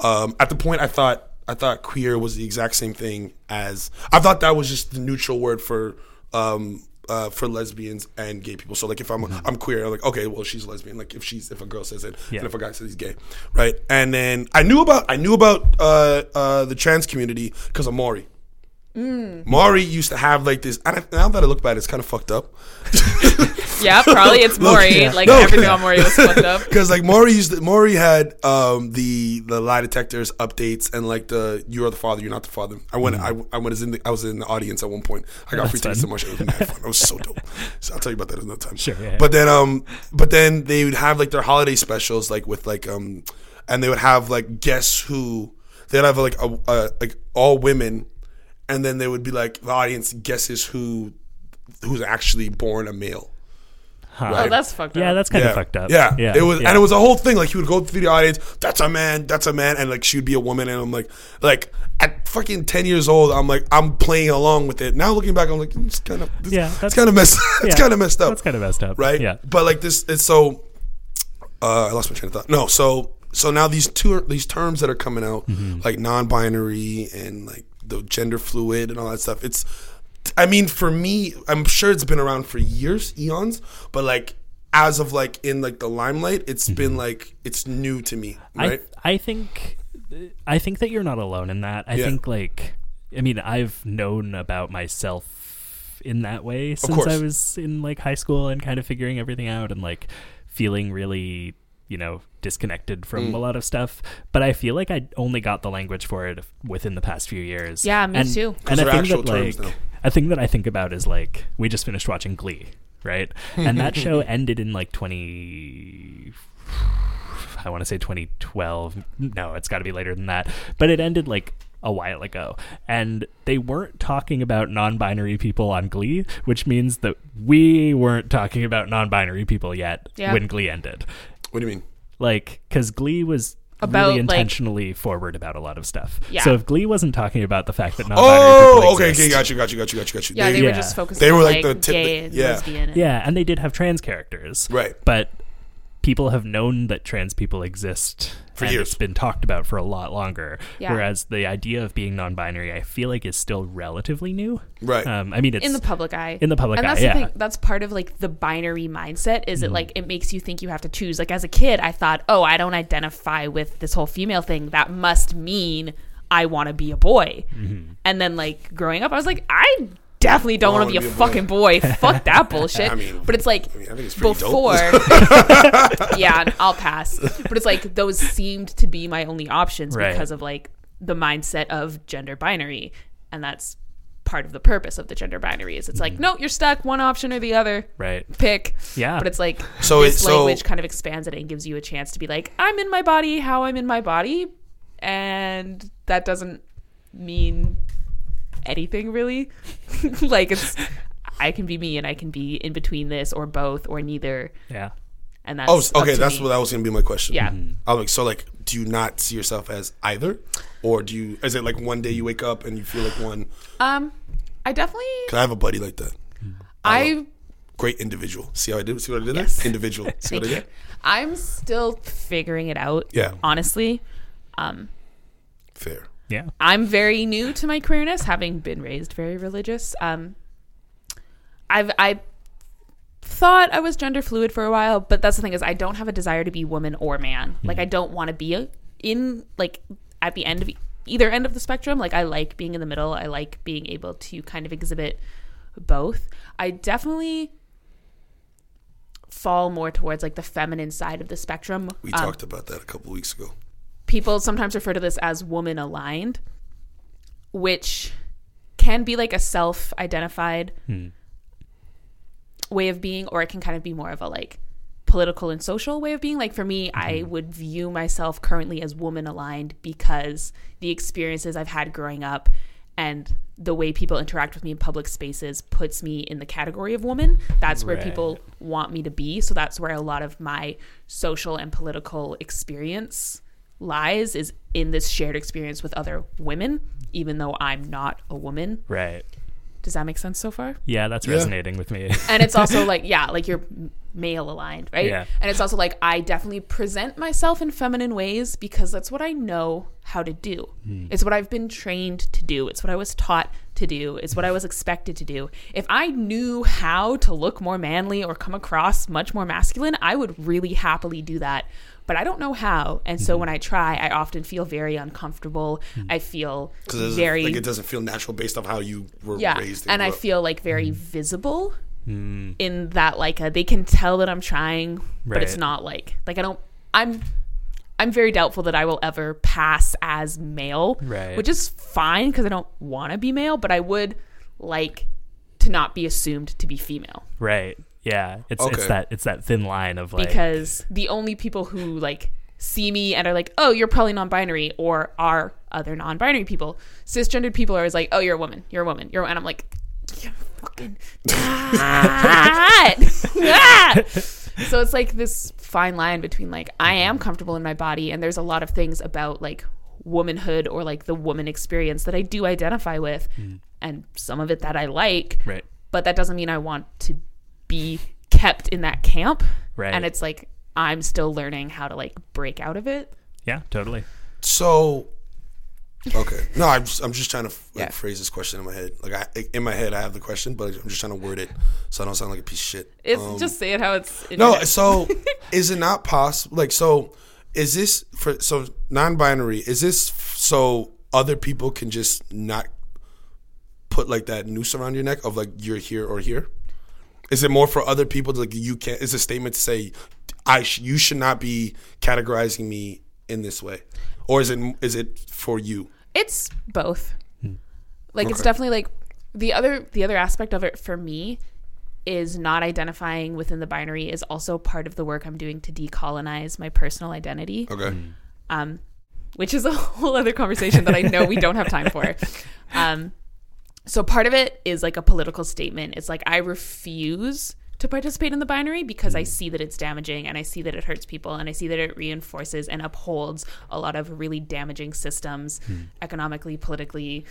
Speaker 4: Um, at the point, I thought I thought queer was the exact same thing as I thought that was just the neutral word for um, uh, for lesbians and gay people. So like if I'm I'm queer, I'm like okay, well she's lesbian. Like if she's if a girl says it,
Speaker 2: Mm-hmm. Yeah.
Speaker 4: and if a guy says he's gay, right? And then I knew about I knew about uh, uh, the trans community because of Maury. Maury used to have like this. And I, now that I look back, it's kind of fucked up.
Speaker 3: Yeah, probably it's Maury. Like
Speaker 4: No.
Speaker 3: everything on Maury was fucked up.
Speaker 4: Because like Maury used to, Maury had um, the the lie detectors updates and like the you are the father, you're not the father. I went I, I was in the I was in the audience at one point. I got free tickets to Marshall. It was mad fun. It was so dope. So I'll tell you about that another time.
Speaker 2: Sure, yeah, yeah.
Speaker 4: But then um but then they would have like their holiday specials like with like um and they would have like guess who they'd have like a, a like all women and then they would be like the audience guesses who who's actually born a male.
Speaker 3: Oh, that's fucked up.
Speaker 2: yeah, that's kind
Speaker 4: yeah.
Speaker 2: of fucked up.
Speaker 4: Yeah.
Speaker 2: yeah.
Speaker 4: It was
Speaker 2: yeah.
Speaker 4: and it was a whole thing. Like he would go through the audience, that's a man, that's a man, and like she would be a woman, and I'm like like at fucking ten years old, I'm like I'm playing along with it. Now looking back, I'm like, it's kinda this,
Speaker 2: Yeah,
Speaker 4: yeah,
Speaker 2: that's-
Speaker 4: it's kinda messed it's
Speaker 2: yeah.
Speaker 4: kinda messed up.
Speaker 2: That's kind of messed up.
Speaker 4: right?
Speaker 2: Yeah.
Speaker 4: But like this it's so uh I lost my train of thought. No, so so now these two these terms that are coming out like non-binary and like the gender fluid and all that stuff it's i mean for me i'm sure it's been around for years eons but like as of like in like the limelight it's been like it's new to me right
Speaker 2: I, I think I think that you're not alone in that. I
Speaker 4: Yeah.
Speaker 2: think like I mean I've known about myself in that way since
Speaker 4: course.
Speaker 2: I was in like high school and kind of figuring everything out and like feeling really you know disconnected
Speaker 4: Mm.
Speaker 2: from a lot of stuff but i feel like i only got the language for it within the past few years
Speaker 3: Yeah, me
Speaker 2: and,
Speaker 3: too.
Speaker 2: and
Speaker 4: Those
Speaker 2: a
Speaker 4: are
Speaker 2: thing
Speaker 4: actual
Speaker 2: that
Speaker 4: terms
Speaker 2: like
Speaker 4: now.
Speaker 2: a thing that i think about is like we just finished watching glee right and that show ended in like 20 I want to say 2012. No, it's got to be later than that. But it ended like a while ago. And they weren't talking about non binary people on Glee, which means that we weren't talking about non binary people yet
Speaker 3: Yeah.
Speaker 2: when Glee ended.
Speaker 4: what do you mean
Speaker 2: Like, because Glee was.
Speaker 3: About,
Speaker 2: really
Speaker 3: like-
Speaker 2: intentionally forward about a lot of stuff.
Speaker 3: Yeah.
Speaker 2: So if Glee wasn't talking about the fact that non-binary
Speaker 4: oh
Speaker 2: people
Speaker 4: okay
Speaker 2: exist,
Speaker 4: okay got you got you got you got you got you
Speaker 3: Yeah, they
Speaker 2: Yeah.
Speaker 3: were just focused.
Speaker 4: They were,
Speaker 3: on,
Speaker 4: like, the tip-
Speaker 3: gay and
Speaker 4: yeah.
Speaker 3: lesbian. And,
Speaker 2: Yeah, and they did have trans characters.
Speaker 4: Right.
Speaker 2: But people have known that trans people exist
Speaker 4: For
Speaker 2: and
Speaker 4: years.
Speaker 2: It's been talked about for a lot longer.
Speaker 3: Yeah.
Speaker 2: Whereas the idea of being non binary, I feel like, is still relatively new.
Speaker 4: Right.
Speaker 2: Um, I mean, it's.
Speaker 3: in the public eye.
Speaker 2: In the public
Speaker 3: and
Speaker 2: eye,
Speaker 3: that's
Speaker 2: yeah. Mm-hmm.
Speaker 3: The thing, that's part of like the binary mindset. Is it like it makes you think you have to choose? Like as a kid, I thought, oh, I don't identify with this whole female thing. That must mean I want to be a boy.
Speaker 2: Mm-hmm.
Speaker 3: And then like growing up, I was like, I definitely don't
Speaker 4: I
Speaker 3: want to be a, fucking boy. Fuck that bullshit.
Speaker 4: I mean-
Speaker 3: but it's like
Speaker 4: mean, I think it's pretty dope.
Speaker 3: before. yeah, I'll pass. But it's like those seemed to be my only options
Speaker 2: Right.
Speaker 3: because of like the mindset of gender binary, and that's part of the purpose of the gender binary is it's like no, you're stuck one option or the other.
Speaker 2: Mm-hmm. Right.
Speaker 3: Pick.
Speaker 2: Yeah.
Speaker 3: But it's like
Speaker 4: So
Speaker 3: this
Speaker 4: it- so-
Speaker 3: language kind of expands it and gives you a chance to be like, I'm in my body, how I'm in my body, and that doesn't mean anything really. like it's I can be me and I can be in between this or both or neither.
Speaker 2: Yeah.
Speaker 3: And that's
Speaker 4: Oh,
Speaker 3: up
Speaker 4: okay.
Speaker 3: to
Speaker 4: That's
Speaker 3: me.
Speaker 4: what that was gonna be my question.
Speaker 3: Yeah.
Speaker 2: Mm-hmm.
Speaker 3: Mhm.
Speaker 4: I was like, so like, do you not see yourself as either, or do you? Is it like one day you wake up and you feel like one?
Speaker 3: Um, I definitely.
Speaker 4: Cause I have a buddy like that.
Speaker 3: I
Speaker 4: Great individual. See how I did? See what I did
Speaker 3: Yes.
Speaker 4: there? Individual. See what I did?
Speaker 3: I'm still figuring it out.
Speaker 4: Yeah.
Speaker 3: Honestly, um,
Speaker 4: Fair.
Speaker 2: Yeah.
Speaker 3: I'm very new to my queerness, having been raised very religious. Um, I've I thought I was gender fluid for a while, but that's the thing is I don't have a desire to be woman or man.
Speaker 4: Mm-hmm.
Speaker 3: Like I don't want to be a, in like at the end of e, either end of the spectrum. Like I like being in the middle. I like being able to kind of exhibit both. I definitely fall more towards like the feminine side of the spectrum.
Speaker 4: We
Speaker 3: Um,
Speaker 4: talked about that a couple weeks ago.
Speaker 3: people sometimes refer to this as woman aligned, which can be like a self identified way of being, or it can kind of be more of a like political and social way of being. Like for me, I would view myself currently as woman aligned because the experiences I've had growing up and the way people interact with me in public spaces puts me in the category of woman. That's where
Speaker 2: Right.
Speaker 3: people want me to be. So that's where a lot of my social and political experience lies is in this shared experience with other women, even though I'm not a woman.
Speaker 2: Right.
Speaker 3: Does that make sense so far?
Speaker 2: Yeah, that's resonating with me.
Speaker 3: and it's also like yeah like you're male aligned right
Speaker 2: Yeah.
Speaker 3: and it's also like i definitely present myself in feminine ways because that's what i know how to do it's what i've been trained to do it's what i was taught to do it's what i was expected to do if i knew how to look more manly or come across much more masculine i would really happily do that but i don't know how and so when i try i often feel very uncomfortable i feel
Speaker 4: Because
Speaker 3: very
Speaker 4: like it doesn't feel natural based off how you were
Speaker 3: yeah
Speaker 4: raised. Mm-hmm.
Speaker 3: and i
Speaker 4: grew up.
Speaker 3: feel like very visible
Speaker 2: Hmm.
Speaker 3: in that like uh, they can tell that i'm trying but it's
Speaker 2: Right.
Speaker 3: not like like i don't i'm i'm very doubtful that i will ever pass as male
Speaker 2: Right.
Speaker 3: which is fine because i don't want to be male but i would like to not be assumed to be female
Speaker 2: right. Yeah. It's it's
Speaker 4: Okay.
Speaker 2: that it's that thin line of like
Speaker 3: because the only people who like see me and are like, "Oh, you're probably non-binary," or are other non-binary people. Cisgendered people are always like, "Oh, you're a woman. You're a woman. You're," a wo-" and I'm like, "You're fucking not." Ah! so it's like this fine line between like I am comfortable in my body, and there's a lot of things about like womanhood or like the woman experience that I do identify with, and some of it that I like,
Speaker 2: Hmm. Right.
Speaker 3: but that doesn't mean I want to be kept in that camp.
Speaker 2: Right.
Speaker 3: And it's like I'm still learning how to like break out of it.
Speaker 2: Yeah, totally.
Speaker 4: So, okay. No, I'm just, I'm just trying to
Speaker 3: Yeah.
Speaker 4: like, phrase this question in my head. Like, I, in my head, I have the question, but I'm just trying to word it so I don't sound like a piece of shit.
Speaker 3: It's just say it how it's. in your
Speaker 4: Um, No,
Speaker 3: head.
Speaker 4: so is it not possible? Like, so is this for so non-binary? Is this f- so other people can just not put like that noose around your neck of like you're here or here? Is it more for other people to like you can't? Is a statement to say I sh- you should not be categorizing me in this way, or is it is it for you?
Speaker 3: it's both like it's definitely like the other the other aspect of it for me is not identifying within the binary is also part of the work i'm doing to decolonize my personal identity
Speaker 4: Okay,
Speaker 3: which is a whole other conversation that I know we don't have time for. Um, so part of it is like a political statement. It's like I refuse to participate in the binary because I see that it's damaging and I see that it hurts people and I see that it reinforces and upholds a lot of really damaging systems economically, politically.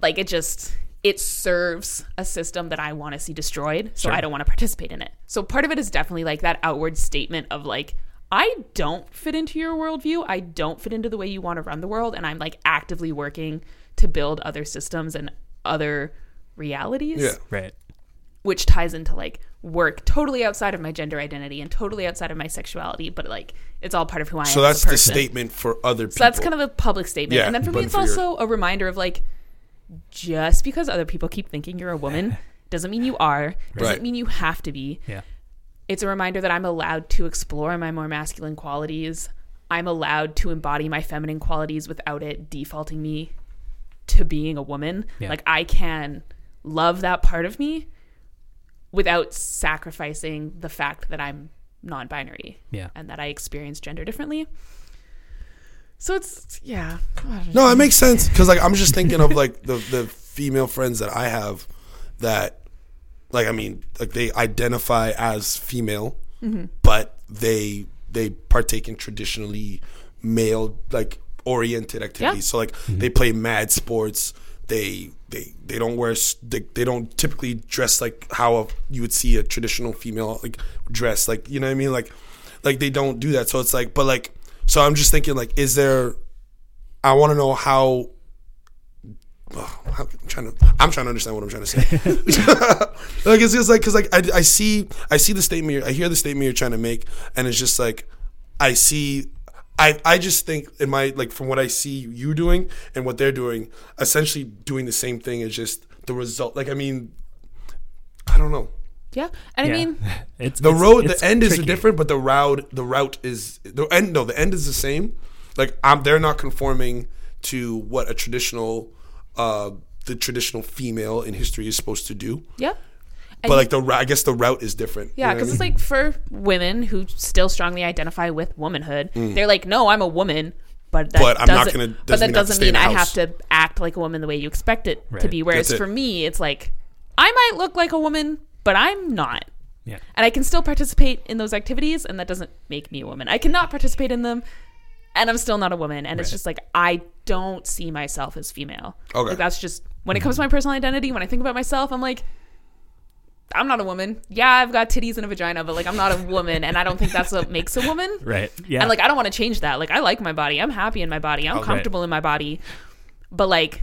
Speaker 3: Like it just it serves a system that I want to see destroyed, so I don't want to participate in it. So part of it is definitely like that outward statement of like I don't fit into your worldview. I don't fit into the way you want to run the world. And I'm like actively working to build other systems and other realities,
Speaker 4: yeah,
Speaker 2: Right.
Speaker 3: which ties into like work totally outside of my gender identity and totally outside of my sexuality. But like it's all part of who I
Speaker 4: so
Speaker 3: am.
Speaker 4: that's
Speaker 3: as a
Speaker 4: the
Speaker 3: person.
Speaker 4: statement for other people.
Speaker 3: So that's kind of a public statement.
Speaker 4: Yeah,
Speaker 3: and then for me,
Speaker 4: but
Speaker 3: it's
Speaker 4: for your-
Speaker 3: also a reminder of like, just because other people keep thinking you're a woman doesn't mean you are, doesn't
Speaker 4: Right.
Speaker 3: mean you have to be
Speaker 2: Yeah.
Speaker 3: it's a reminder that I'm allowed to explore my more masculine qualities. I'm allowed to embody my feminine qualities without it defaulting me to being a woman.
Speaker 2: Yeah.
Speaker 3: Like I can love that part of me without sacrificing the fact that I'm non-binary
Speaker 2: Yeah.
Speaker 3: and that I experience gender differently. So it's yeah.
Speaker 4: No, it makes sense because like I'm just thinking of like the the female friends that I have that like I mean like they identify as female, but they they partake in traditionally male like oriented activities. So like they play mad sports. They they they don't wear s- they, they don't typically dress like how a, you would see a traditional female like dress like you know what I mean like like they don't do that. So it's like but like so I'm just thinking like is there I want to know how. Ugh, I'm trying to. I'm trying to understand what I'm trying to say. like it's just like because like I, I see I see the statement you're, I hear the statement you're trying to make and it's just like I see I I just think in my like from what I see you doing and what they're doing essentially doing the same thing is just the result. Like I mean, I don't know.
Speaker 3: Yeah. And
Speaker 2: Yeah.
Speaker 3: I mean
Speaker 2: it's
Speaker 4: The
Speaker 2: it's-
Speaker 4: road,
Speaker 2: it's
Speaker 4: the end is
Speaker 2: tricky.
Speaker 4: different, but the route, the route is the end. No, the end is the same. Like I'm, they're not conforming to what a traditional, uh, the traditional female in history is supposed to do.
Speaker 3: yeah. And
Speaker 4: But like the, ro- I guess the route is different. You
Speaker 3: Yeah,
Speaker 4: know what I
Speaker 3: because
Speaker 4: mean?
Speaker 3: it's like for women who still strongly identify with womanhood, they're like, no, I'm a woman, but that
Speaker 4: Mm. But I'm not
Speaker 3: doesn't-
Speaker 4: gonna-
Speaker 3: but that
Speaker 4: doesn't mean I have to
Speaker 3: doesn't
Speaker 4: stay in
Speaker 3: mean
Speaker 4: the
Speaker 3: I have
Speaker 4: house.
Speaker 3: to act like a woman the way you expect it to
Speaker 2: Right.
Speaker 3: be. Whereas
Speaker 4: That's it.
Speaker 3: for me, it's like I might look like a woman, but I'm not.
Speaker 2: Yeah.
Speaker 3: And I can still participate in those activities, and that doesn't make me a woman. I cannot participate in them, and I'm still not a woman. And it's just like I don't see myself as female.
Speaker 4: Okay.
Speaker 3: like, that's just when it comes to my personal identity. When I think about myself, I'm like, I'm not a woman. Yeah, I've got titties and a vagina, but like I'm not a woman, and I don't think that's what makes a woman.
Speaker 2: Right. Yeah.
Speaker 3: And like I don't want to change that. Like I like my body. I'm happy in my body. I'm comfortable in my body. But like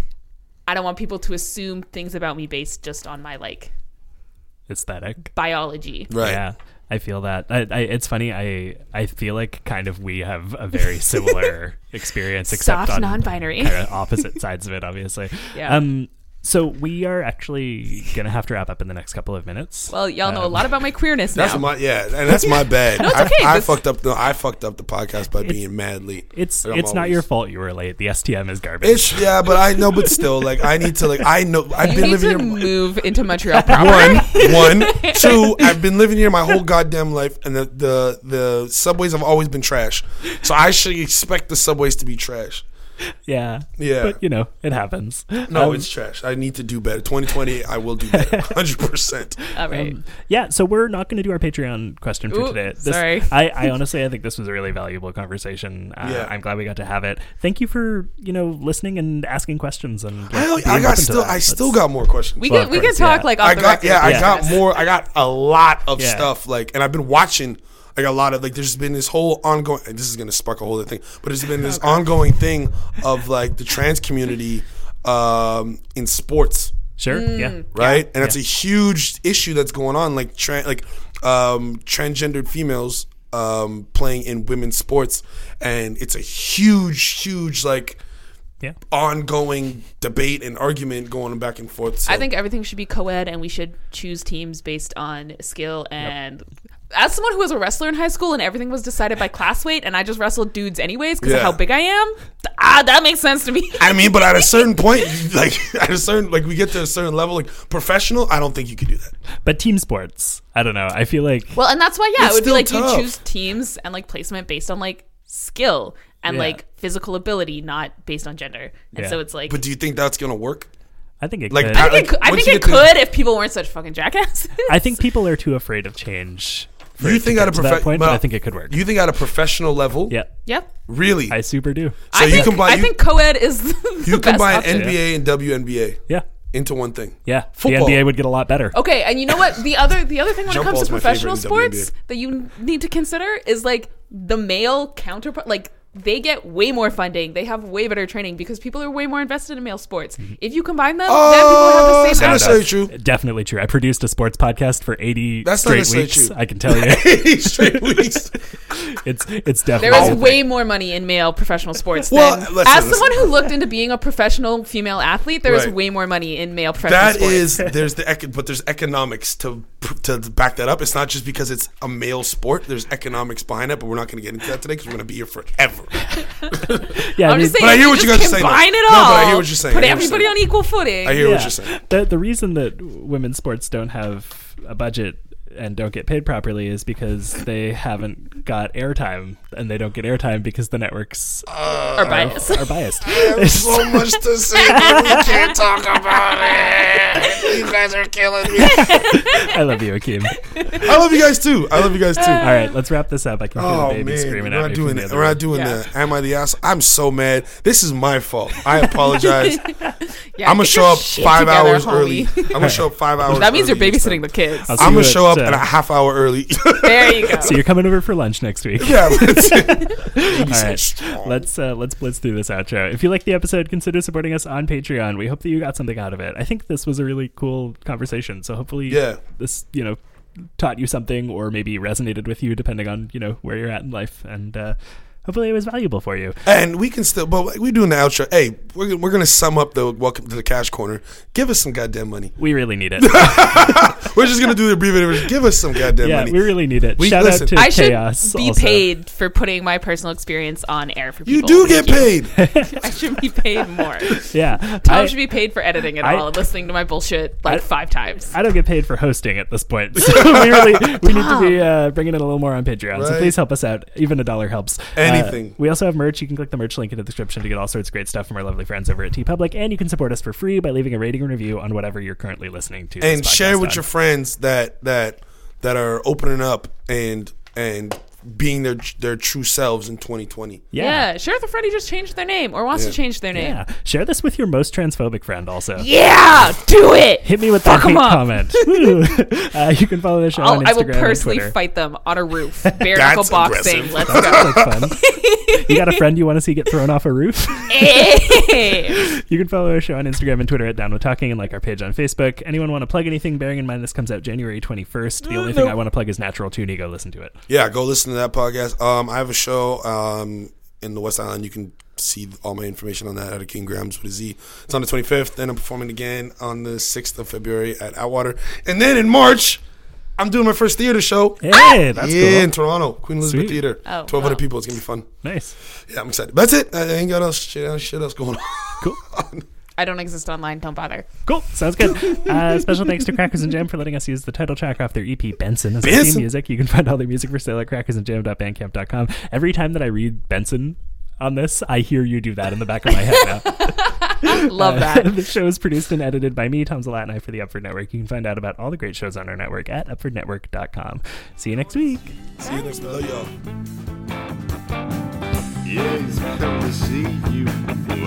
Speaker 3: I don't want people to assume things about me based just on my like
Speaker 2: aesthetic.
Speaker 3: biology.
Speaker 4: right.
Speaker 2: Yeah. I feel that. I, I, it's funny. I I feel like kind of we have a very similar experience, except
Speaker 3: Soft
Speaker 2: on
Speaker 3: non-binary.
Speaker 2: kind of opposite sides of it, obviously.
Speaker 3: Yeah.
Speaker 2: Um. So we are actually gonna have to wrap up in the next couple of minutes.
Speaker 3: Well, y'all know a lot about my queerness
Speaker 4: That's
Speaker 3: now.
Speaker 4: my yeah, and that's my bad.
Speaker 3: okay,
Speaker 4: I, I
Speaker 3: that's-
Speaker 4: fucked up. No, I fucked up the podcast by being mad late.
Speaker 2: It's
Speaker 4: Like, I'm
Speaker 2: it's not your
Speaker 4: always-
Speaker 2: fault you were late. The STM is garbage.
Speaker 4: It's yeah, but I know. But still, like I need to like I know I've
Speaker 3: you
Speaker 4: been
Speaker 3: need
Speaker 4: living
Speaker 3: to
Speaker 4: your
Speaker 3: move into Montreal proper.
Speaker 4: One, one, two. I've been living here my whole goddamn life, and the, the the subways have always been trash. So I should expect the subways to be trash.
Speaker 2: yeah.
Speaker 4: Yeah.
Speaker 2: But you know, it happens.
Speaker 4: No,
Speaker 2: Um,
Speaker 4: it's trash. I need to do better. 2020, I will do better. 100. percent
Speaker 3: All right.
Speaker 4: Um,
Speaker 2: Yeah, so we're not going to do our Patreon question for
Speaker 3: Ooh,
Speaker 2: today. This,
Speaker 3: sorry.
Speaker 2: I, I honestly, I think this was a really valuable conversation. Uh,
Speaker 4: Yeah.
Speaker 2: I'm glad we got to have it. Thank you for you know listening and asking questions. And like,
Speaker 4: I,
Speaker 2: being
Speaker 4: I
Speaker 2: open
Speaker 4: got
Speaker 2: to
Speaker 4: still.
Speaker 2: that.
Speaker 4: I still
Speaker 2: That's-
Speaker 4: got more questions.
Speaker 3: we
Speaker 2: Well,
Speaker 3: can
Speaker 2: of
Speaker 3: we can
Speaker 2: course,
Speaker 3: talk
Speaker 2: yeah.
Speaker 3: like off
Speaker 4: I
Speaker 3: the
Speaker 4: got
Speaker 3: record.
Speaker 4: yeah. I
Speaker 2: Yeah.
Speaker 4: got more. I got a lot of
Speaker 2: Yeah.
Speaker 4: stuff. Like, and I've been watching like a lot of like there's been this whole ongoing and this is gonna spark a whole other thing, but there's been this ongoing thing of like the trans community um, in sports
Speaker 2: Sure.
Speaker 3: Mm.
Speaker 2: Yeah.
Speaker 4: right? And that's a huge issue that's going on, like tran like um, transgendered females um, playing in women's sports, and it's a huge, huge like
Speaker 2: Yeah.
Speaker 4: ongoing debate and argument going back and forth. So
Speaker 3: I think everything should be co-ed, and we should choose teams based on skill. And as someone who was a wrestler in high school, and everything was decided by class weight, and I just wrestled dudes anyways because
Speaker 4: Yeah.
Speaker 3: of how big I am. th- Ah, that makes sense to me.
Speaker 4: I mean, but at a certain point, like at a certain like we get to a certain level, like professional, I don't think you could do that.
Speaker 2: But team sports, I don't know. I feel like
Speaker 3: Well, and that's why, yeah,
Speaker 4: It's
Speaker 3: it would be
Speaker 4: still
Speaker 3: like
Speaker 4: tough.
Speaker 3: you choose teams and like placement based on like skill and
Speaker 2: Yeah.
Speaker 3: like physical ability, not based on gender. And
Speaker 2: Yeah.
Speaker 3: so it's like.
Speaker 4: But do you think that's gonna work?
Speaker 2: I think it
Speaker 4: Like,
Speaker 2: could.
Speaker 4: I-
Speaker 3: I think, it,
Speaker 4: like,
Speaker 3: I
Speaker 4: once
Speaker 3: think
Speaker 4: you
Speaker 3: it
Speaker 4: get to-
Speaker 3: could if people weren't such fucking jackasses.
Speaker 2: I think people are too afraid of change. for
Speaker 4: you
Speaker 2: it to
Speaker 4: think
Speaker 2: get
Speaker 4: at a
Speaker 2: to that point,
Speaker 4: professional?
Speaker 2: but I think it could work.
Speaker 4: You think at a professional level?
Speaker 2: yeah,
Speaker 3: yep.
Speaker 4: Really?
Speaker 2: I super do.
Speaker 4: so
Speaker 3: I
Speaker 4: you
Speaker 3: think,
Speaker 4: combine
Speaker 3: I
Speaker 4: you,
Speaker 3: think co-ed is the
Speaker 4: you
Speaker 3: best
Speaker 4: combine
Speaker 3: option.
Speaker 4: NBA and WNBA
Speaker 2: Yeah,
Speaker 4: into one thing.
Speaker 2: yeah.
Speaker 4: Football.
Speaker 2: The NBA would get a lot better.
Speaker 3: Okay, and you know what? The other the other thing when
Speaker 4: Jump
Speaker 3: it comes
Speaker 4: ball's
Speaker 3: to
Speaker 4: my
Speaker 3: professional
Speaker 4: favorite in
Speaker 3: sports that you need to consider is like the male counterpart like they get way more funding. They have way better training because people are way more invested in male sports.
Speaker 4: Mm-hmm.
Speaker 3: If you combine them,
Speaker 4: Oh,
Speaker 3: then people have the
Speaker 4: that's
Speaker 3: same
Speaker 4: necessarily true.
Speaker 2: Definitely true. I produced a sports podcast for eighty
Speaker 4: That's not
Speaker 2: straight
Speaker 4: necessarily
Speaker 2: weeks.
Speaker 4: true.
Speaker 2: I can tell you,
Speaker 4: straight weeks.
Speaker 2: it's it's definitely.
Speaker 3: There is
Speaker 2: a thing.
Speaker 3: way more money in male professional sports
Speaker 4: Well,
Speaker 3: than
Speaker 4: listen,
Speaker 3: as
Speaker 4: listen.
Speaker 3: someone who looked into being a professional female athlete, there is
Speaker 4: Right.
Speaker 3: way more money in male professional
Speaker 4: That
Speaker 3: sports.
Speaker 4: is there's the ec- but there's economics to to back that up. It's not just because it's a male sport. There's economics behind it, but we're not going to get into that today because we're going to be here forever.
Speaker 2: Yeah,
Speaker 3: I'm just
Speaker 2: mean,
Speaker 3: saying,
Speaker 4: But I
Speaker 3: if
Speaker 4: hear
Speaker 3: you
Speaker 4: what
Speaker 3: just
Speaker 4: you guys are saying, though.
Speaker 3: Combine it
Speaker 4: No,
Speaker 3: all.
Speaker 4: but I hear what you're saying.
Speaker 3: Put
Speaker 4: I hear what you're
Speaker 3: everybody
Speaker 4: saying.
Speaker 3: on equal footing.
Speaker 4: I hear what
Speaker 2: yeah.
Speaker 4: you're saying.
Speaker 2: The the reason that women's sports don't have a budget and don't get paid properly is because they haven't got airtime, and they don't get airtime because the networks
Speaker 3: Or bias.
Speaker 2: are biased. It's-
Speaker 4: So much to say, but we can't talk about it. You guys are killing me.
Speaker 2: I love you, Akeem.
Speaker 4: I love you guys too. I love you guys too.
Speaker 2: All right, let's wrap this up. I can hear
Speaker 4: Oh
Speaker 2: the baby
Speaker 4: man, we're
Speaker 2: screaming at
Speaker 4: not
Speaker 2: me.
Speaker 4: doing
Speaker 2: from
Speaker 4: that.
Speaker 2: the
Speaker 4: We're
Speaker 2: other
Speaker 4: not doing
Speaker 3: Yeah.
Speaker 4: that. Am I the ass? I'm so mad. This is my fault. I apologize.
Speaker 3: Yeah,
Speaker 4: I'm gonna
Speaker 3: get
Speaker 4: show
Speaker 3: your
Speaker 4: up
Speaker 3: shit
Speaker 4: five
Speaker 3: together,
Speaker 4: hours
Speaker 3: homie.
Speaker 4: early. I'm gonna show up five hours.
Speaker 3: That means you're
Speaker 4: early next time.
Speaker 3: babysitting the kids.
Speaker 2: I'll see
Speaker 4: I'm
Speaker 2: you
Speaker 4: gonna
Speaker 2: at,
Speaker 4: show up
Speaker 2: uh,
Speaker 4: at a half hour early.
Speaker 3: There you go.
Speaker 2: So you're coming over for lunch next week.
Speaker 4: yeah, let's,
Speaker 2: All right, let's uh, let's blitz through this outro. If you like the episode, consider supporting us on Patreon. We hope that you got something out of it. I think this was a really cool conversation. So hopefully,
Speaker 4: Yeah.
Speaker 2: this you know taught you something or maybe resonated with you, depending on you know where you're at in life, and uh, hopefully it was valuable for you.
Speaker 4: and we can still. But we're doing the outro. Hey, we're gonna- we're gonna sum up the welcome to the cash corner. Give us some goddamn money.
Speaker 2: We really need it.
Speaker 4: We're just gonna do the abbreviated version. Give us some goddamn
Speaker 2: yeah,
Speaker 4: money.
Speaker 2: we really need it.
Speaker 4: We-
Speaker 2: Shout
Speaker 4: listen.
Speaker 2: out to
Speaker 3: I should
Speaker 2: Chaos.
Speaker 3: be
Speaker 2: also.
Speaker 3: paid for putting my personal experience on air for people.
Speaker 4: you do get
Speaker 3: Thank you.
Speaker 4: paid.
Speaker 3: I should be paid more.
Speaker 2: Yeah,
Speaker 3: Tom
Speaker 2: I-
Speaker 3: should be paid for editing it
Speaker 2: I-
Speaker 3: all and listening to my bullshit like
Speaker 2: I-
Speaker 3: five times.
Speaker 2: I don't get paid for hosting at this point, so we really we need to be uh, bringing in a little more on Patreon. So
Speaker 4: Right.
Speaker 2: please help us out. Even a dollar helps. Uh,
Speaker 4: Anything.
Speaker 2: we also have merch. You can click the merch link in the description to get all sorts of great stuff from our lovely friends over at T Public, and you can support us for free by leaving a rating and review on whatever you're currently listening to. this
Speaker 4: and share
Speaker 2: podcast
Speaker 4: with
Speaker 2: on.
Speaker 4: your friends that that that are opening up and and being their their true selves in 2020.
Speaker 2: yeah.
Speaker 3: yeah. Sheriff sure if a friend who just changed their name or wants
Speaker 4: Yeah.
Speaker 3: to change their name.
Speaker 2: yeah. Share this with your most transphobic friend. Also.
Speaker 3: Yeah, do it.
Speaker 2: Hit me with
Speaker 3: Fuck
Speaker 2: that hate
Speaker 3: 'em up.
Speaker 2: comment. Woo. uh, you can follow the show on
Speaker 3: I'll,
Speaker 2: Instagram
Speaker 3: I will
Speaker 2: and
Speaker 3: personally
Speaker 2: Twitter.
Speaker 3: fight them on a roof. Bare knuckle
Speaker 4: That's
Speaker 3: boxing.
Speaker 4: aggressive.
Speaker 3: Let's go.
Speaker 2: That's fun. you got a friend you want to see get thrown off a roof?
Speaker 3: Hey.
Speaker 2: You can follow our show on Instagram and Twitter at Down With Talking and like our page on Facebook. Anyone want to plug anything? Bearing in mind this comes out January 21st. The only thing I want to plug is Natural Tune. Go listen to it.
Speaker 4: Yeah, go listen to that podcast. Um, I have a show um, in the West Island. You can see all my information on that at King Grams with a Z. It's on the 25th. Then I'm performing again on the 6th of February at Atwater. And then in March, I'm doing my first theater show.
Speaker 2: Hey, that's
Speaker 4: yeah, in
Speaker 2: cool.
Speaker 4: Toronto, Queen Elizabeth
Speaker 2: Sweet.
Speaker 4: Theater.
Speaker 3: Oh,
Speaker 4: 1,200
Speaker 3: wow.
Speaker 4: people. It's going to be fun.
Speaker 2: Nice.
Speaker 4: Yeah, I'm excited. That's it. I ain't got else shit, shit else going on.
Speaker 2: Cool.
Speaker 3: I don't exist online. Don't bother.
Speaker 2: Cool. Sounds good. Uh, special thanks to Crackers and Jam for letting us use the title track off their EP Benson as our theme
Speaker 4: Benson.
Speaker 2: music. You can find all their music for sale at crackersandjam.bandcamp.com. Every time that I read Benson on this, I hear you do that in the back of my head now. Uh,
Speaker 3: Love that.
Speaker 2: the show is produced and edited by me, Tom Zalat, and I for the Upford Network. You can find out about all the great shows on our network at upfordnetwork.com. See you next week.
Speaker 4: See you next time. Love y'all.
Speaker 1: Yeah, he's come to see you.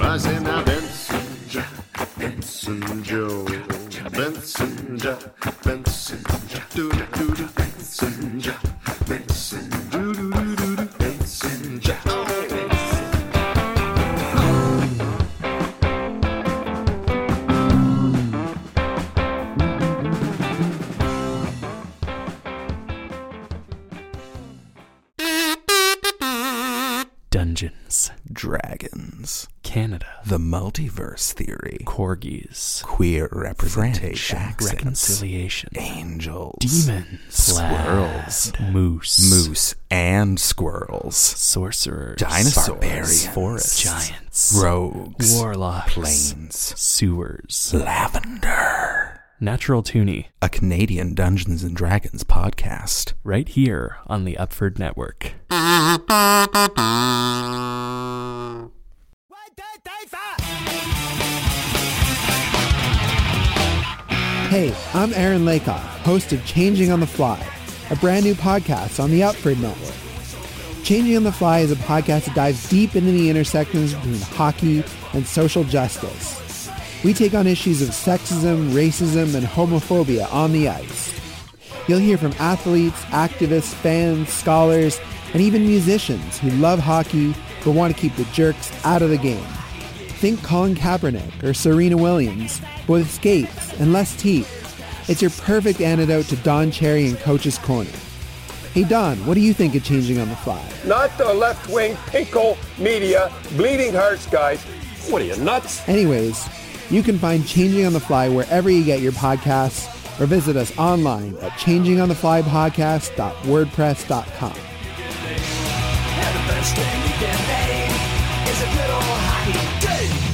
Speaker 1: I say now Benson Joe, Benson Joe, Benson Joe, Benson Joe, do do do Benson Joe, Benson
Speaker 2: Dungeons,
Speaker 5: Dragons.
Speaker 2: Canada,
Speaker 5: The multiverse theory.
Speaker 2: corgis,
Speaker 5: Queer representation. accents,
Speaker 2: reconciliation,
Speaker 5: Angels.
Speaker 2: demons,
Speaker 5: Squirrels.
Speaker 2: lad, moose,
Speaker 5: Moose and squirrels.
Speaker 2: sorcerers,
Speaker 5: Dinosaurs.
Speaker 2: barbarians,
Speaker 5: Forests.
Speaker 2: giants,
Speaker 5: Rogues.
Speaker 2: warlocks,
Speaker 5: Plains.
Speaker 2: sewers,
Speaker 5: Lavender.
Speaker 2: natural toonie,
Speaker 5: A Canadian Dungeons and Dragons podcast.
Speaker 2: right here on the Upford Network.
Speaker 6: Hey, I'm Aaron Lakoff, host of Changing on the Fly, a brand new podcast on the Outfred Network. Changing on the Fly is a podcast that dives deep into the intersections between hockey and social justice. We take on issues of sexism, racism, and homophobia on the ice. You'll hear from athletes, activists, fans, scholars, and even musicians who love hockey but want to keep the jerks out of the game. Think Colin Kaepernick or Serena Williams, but with skates and less teeth. It's your perfect antidote to Don Cherry and Coach's Corner. Hey Don, what do you think of changing on the fly?
Speaker 7: Not the left wing pinko media, bleeding hearts, guys. What are you, nuts?
Speaker 6: Anyways, you can find Changing on the Fly wherever you get your podcasts or visit us online at changingontheflypodcast.wordpress.com.
Speaker 8: And the first thing you can name is a good old hockey game.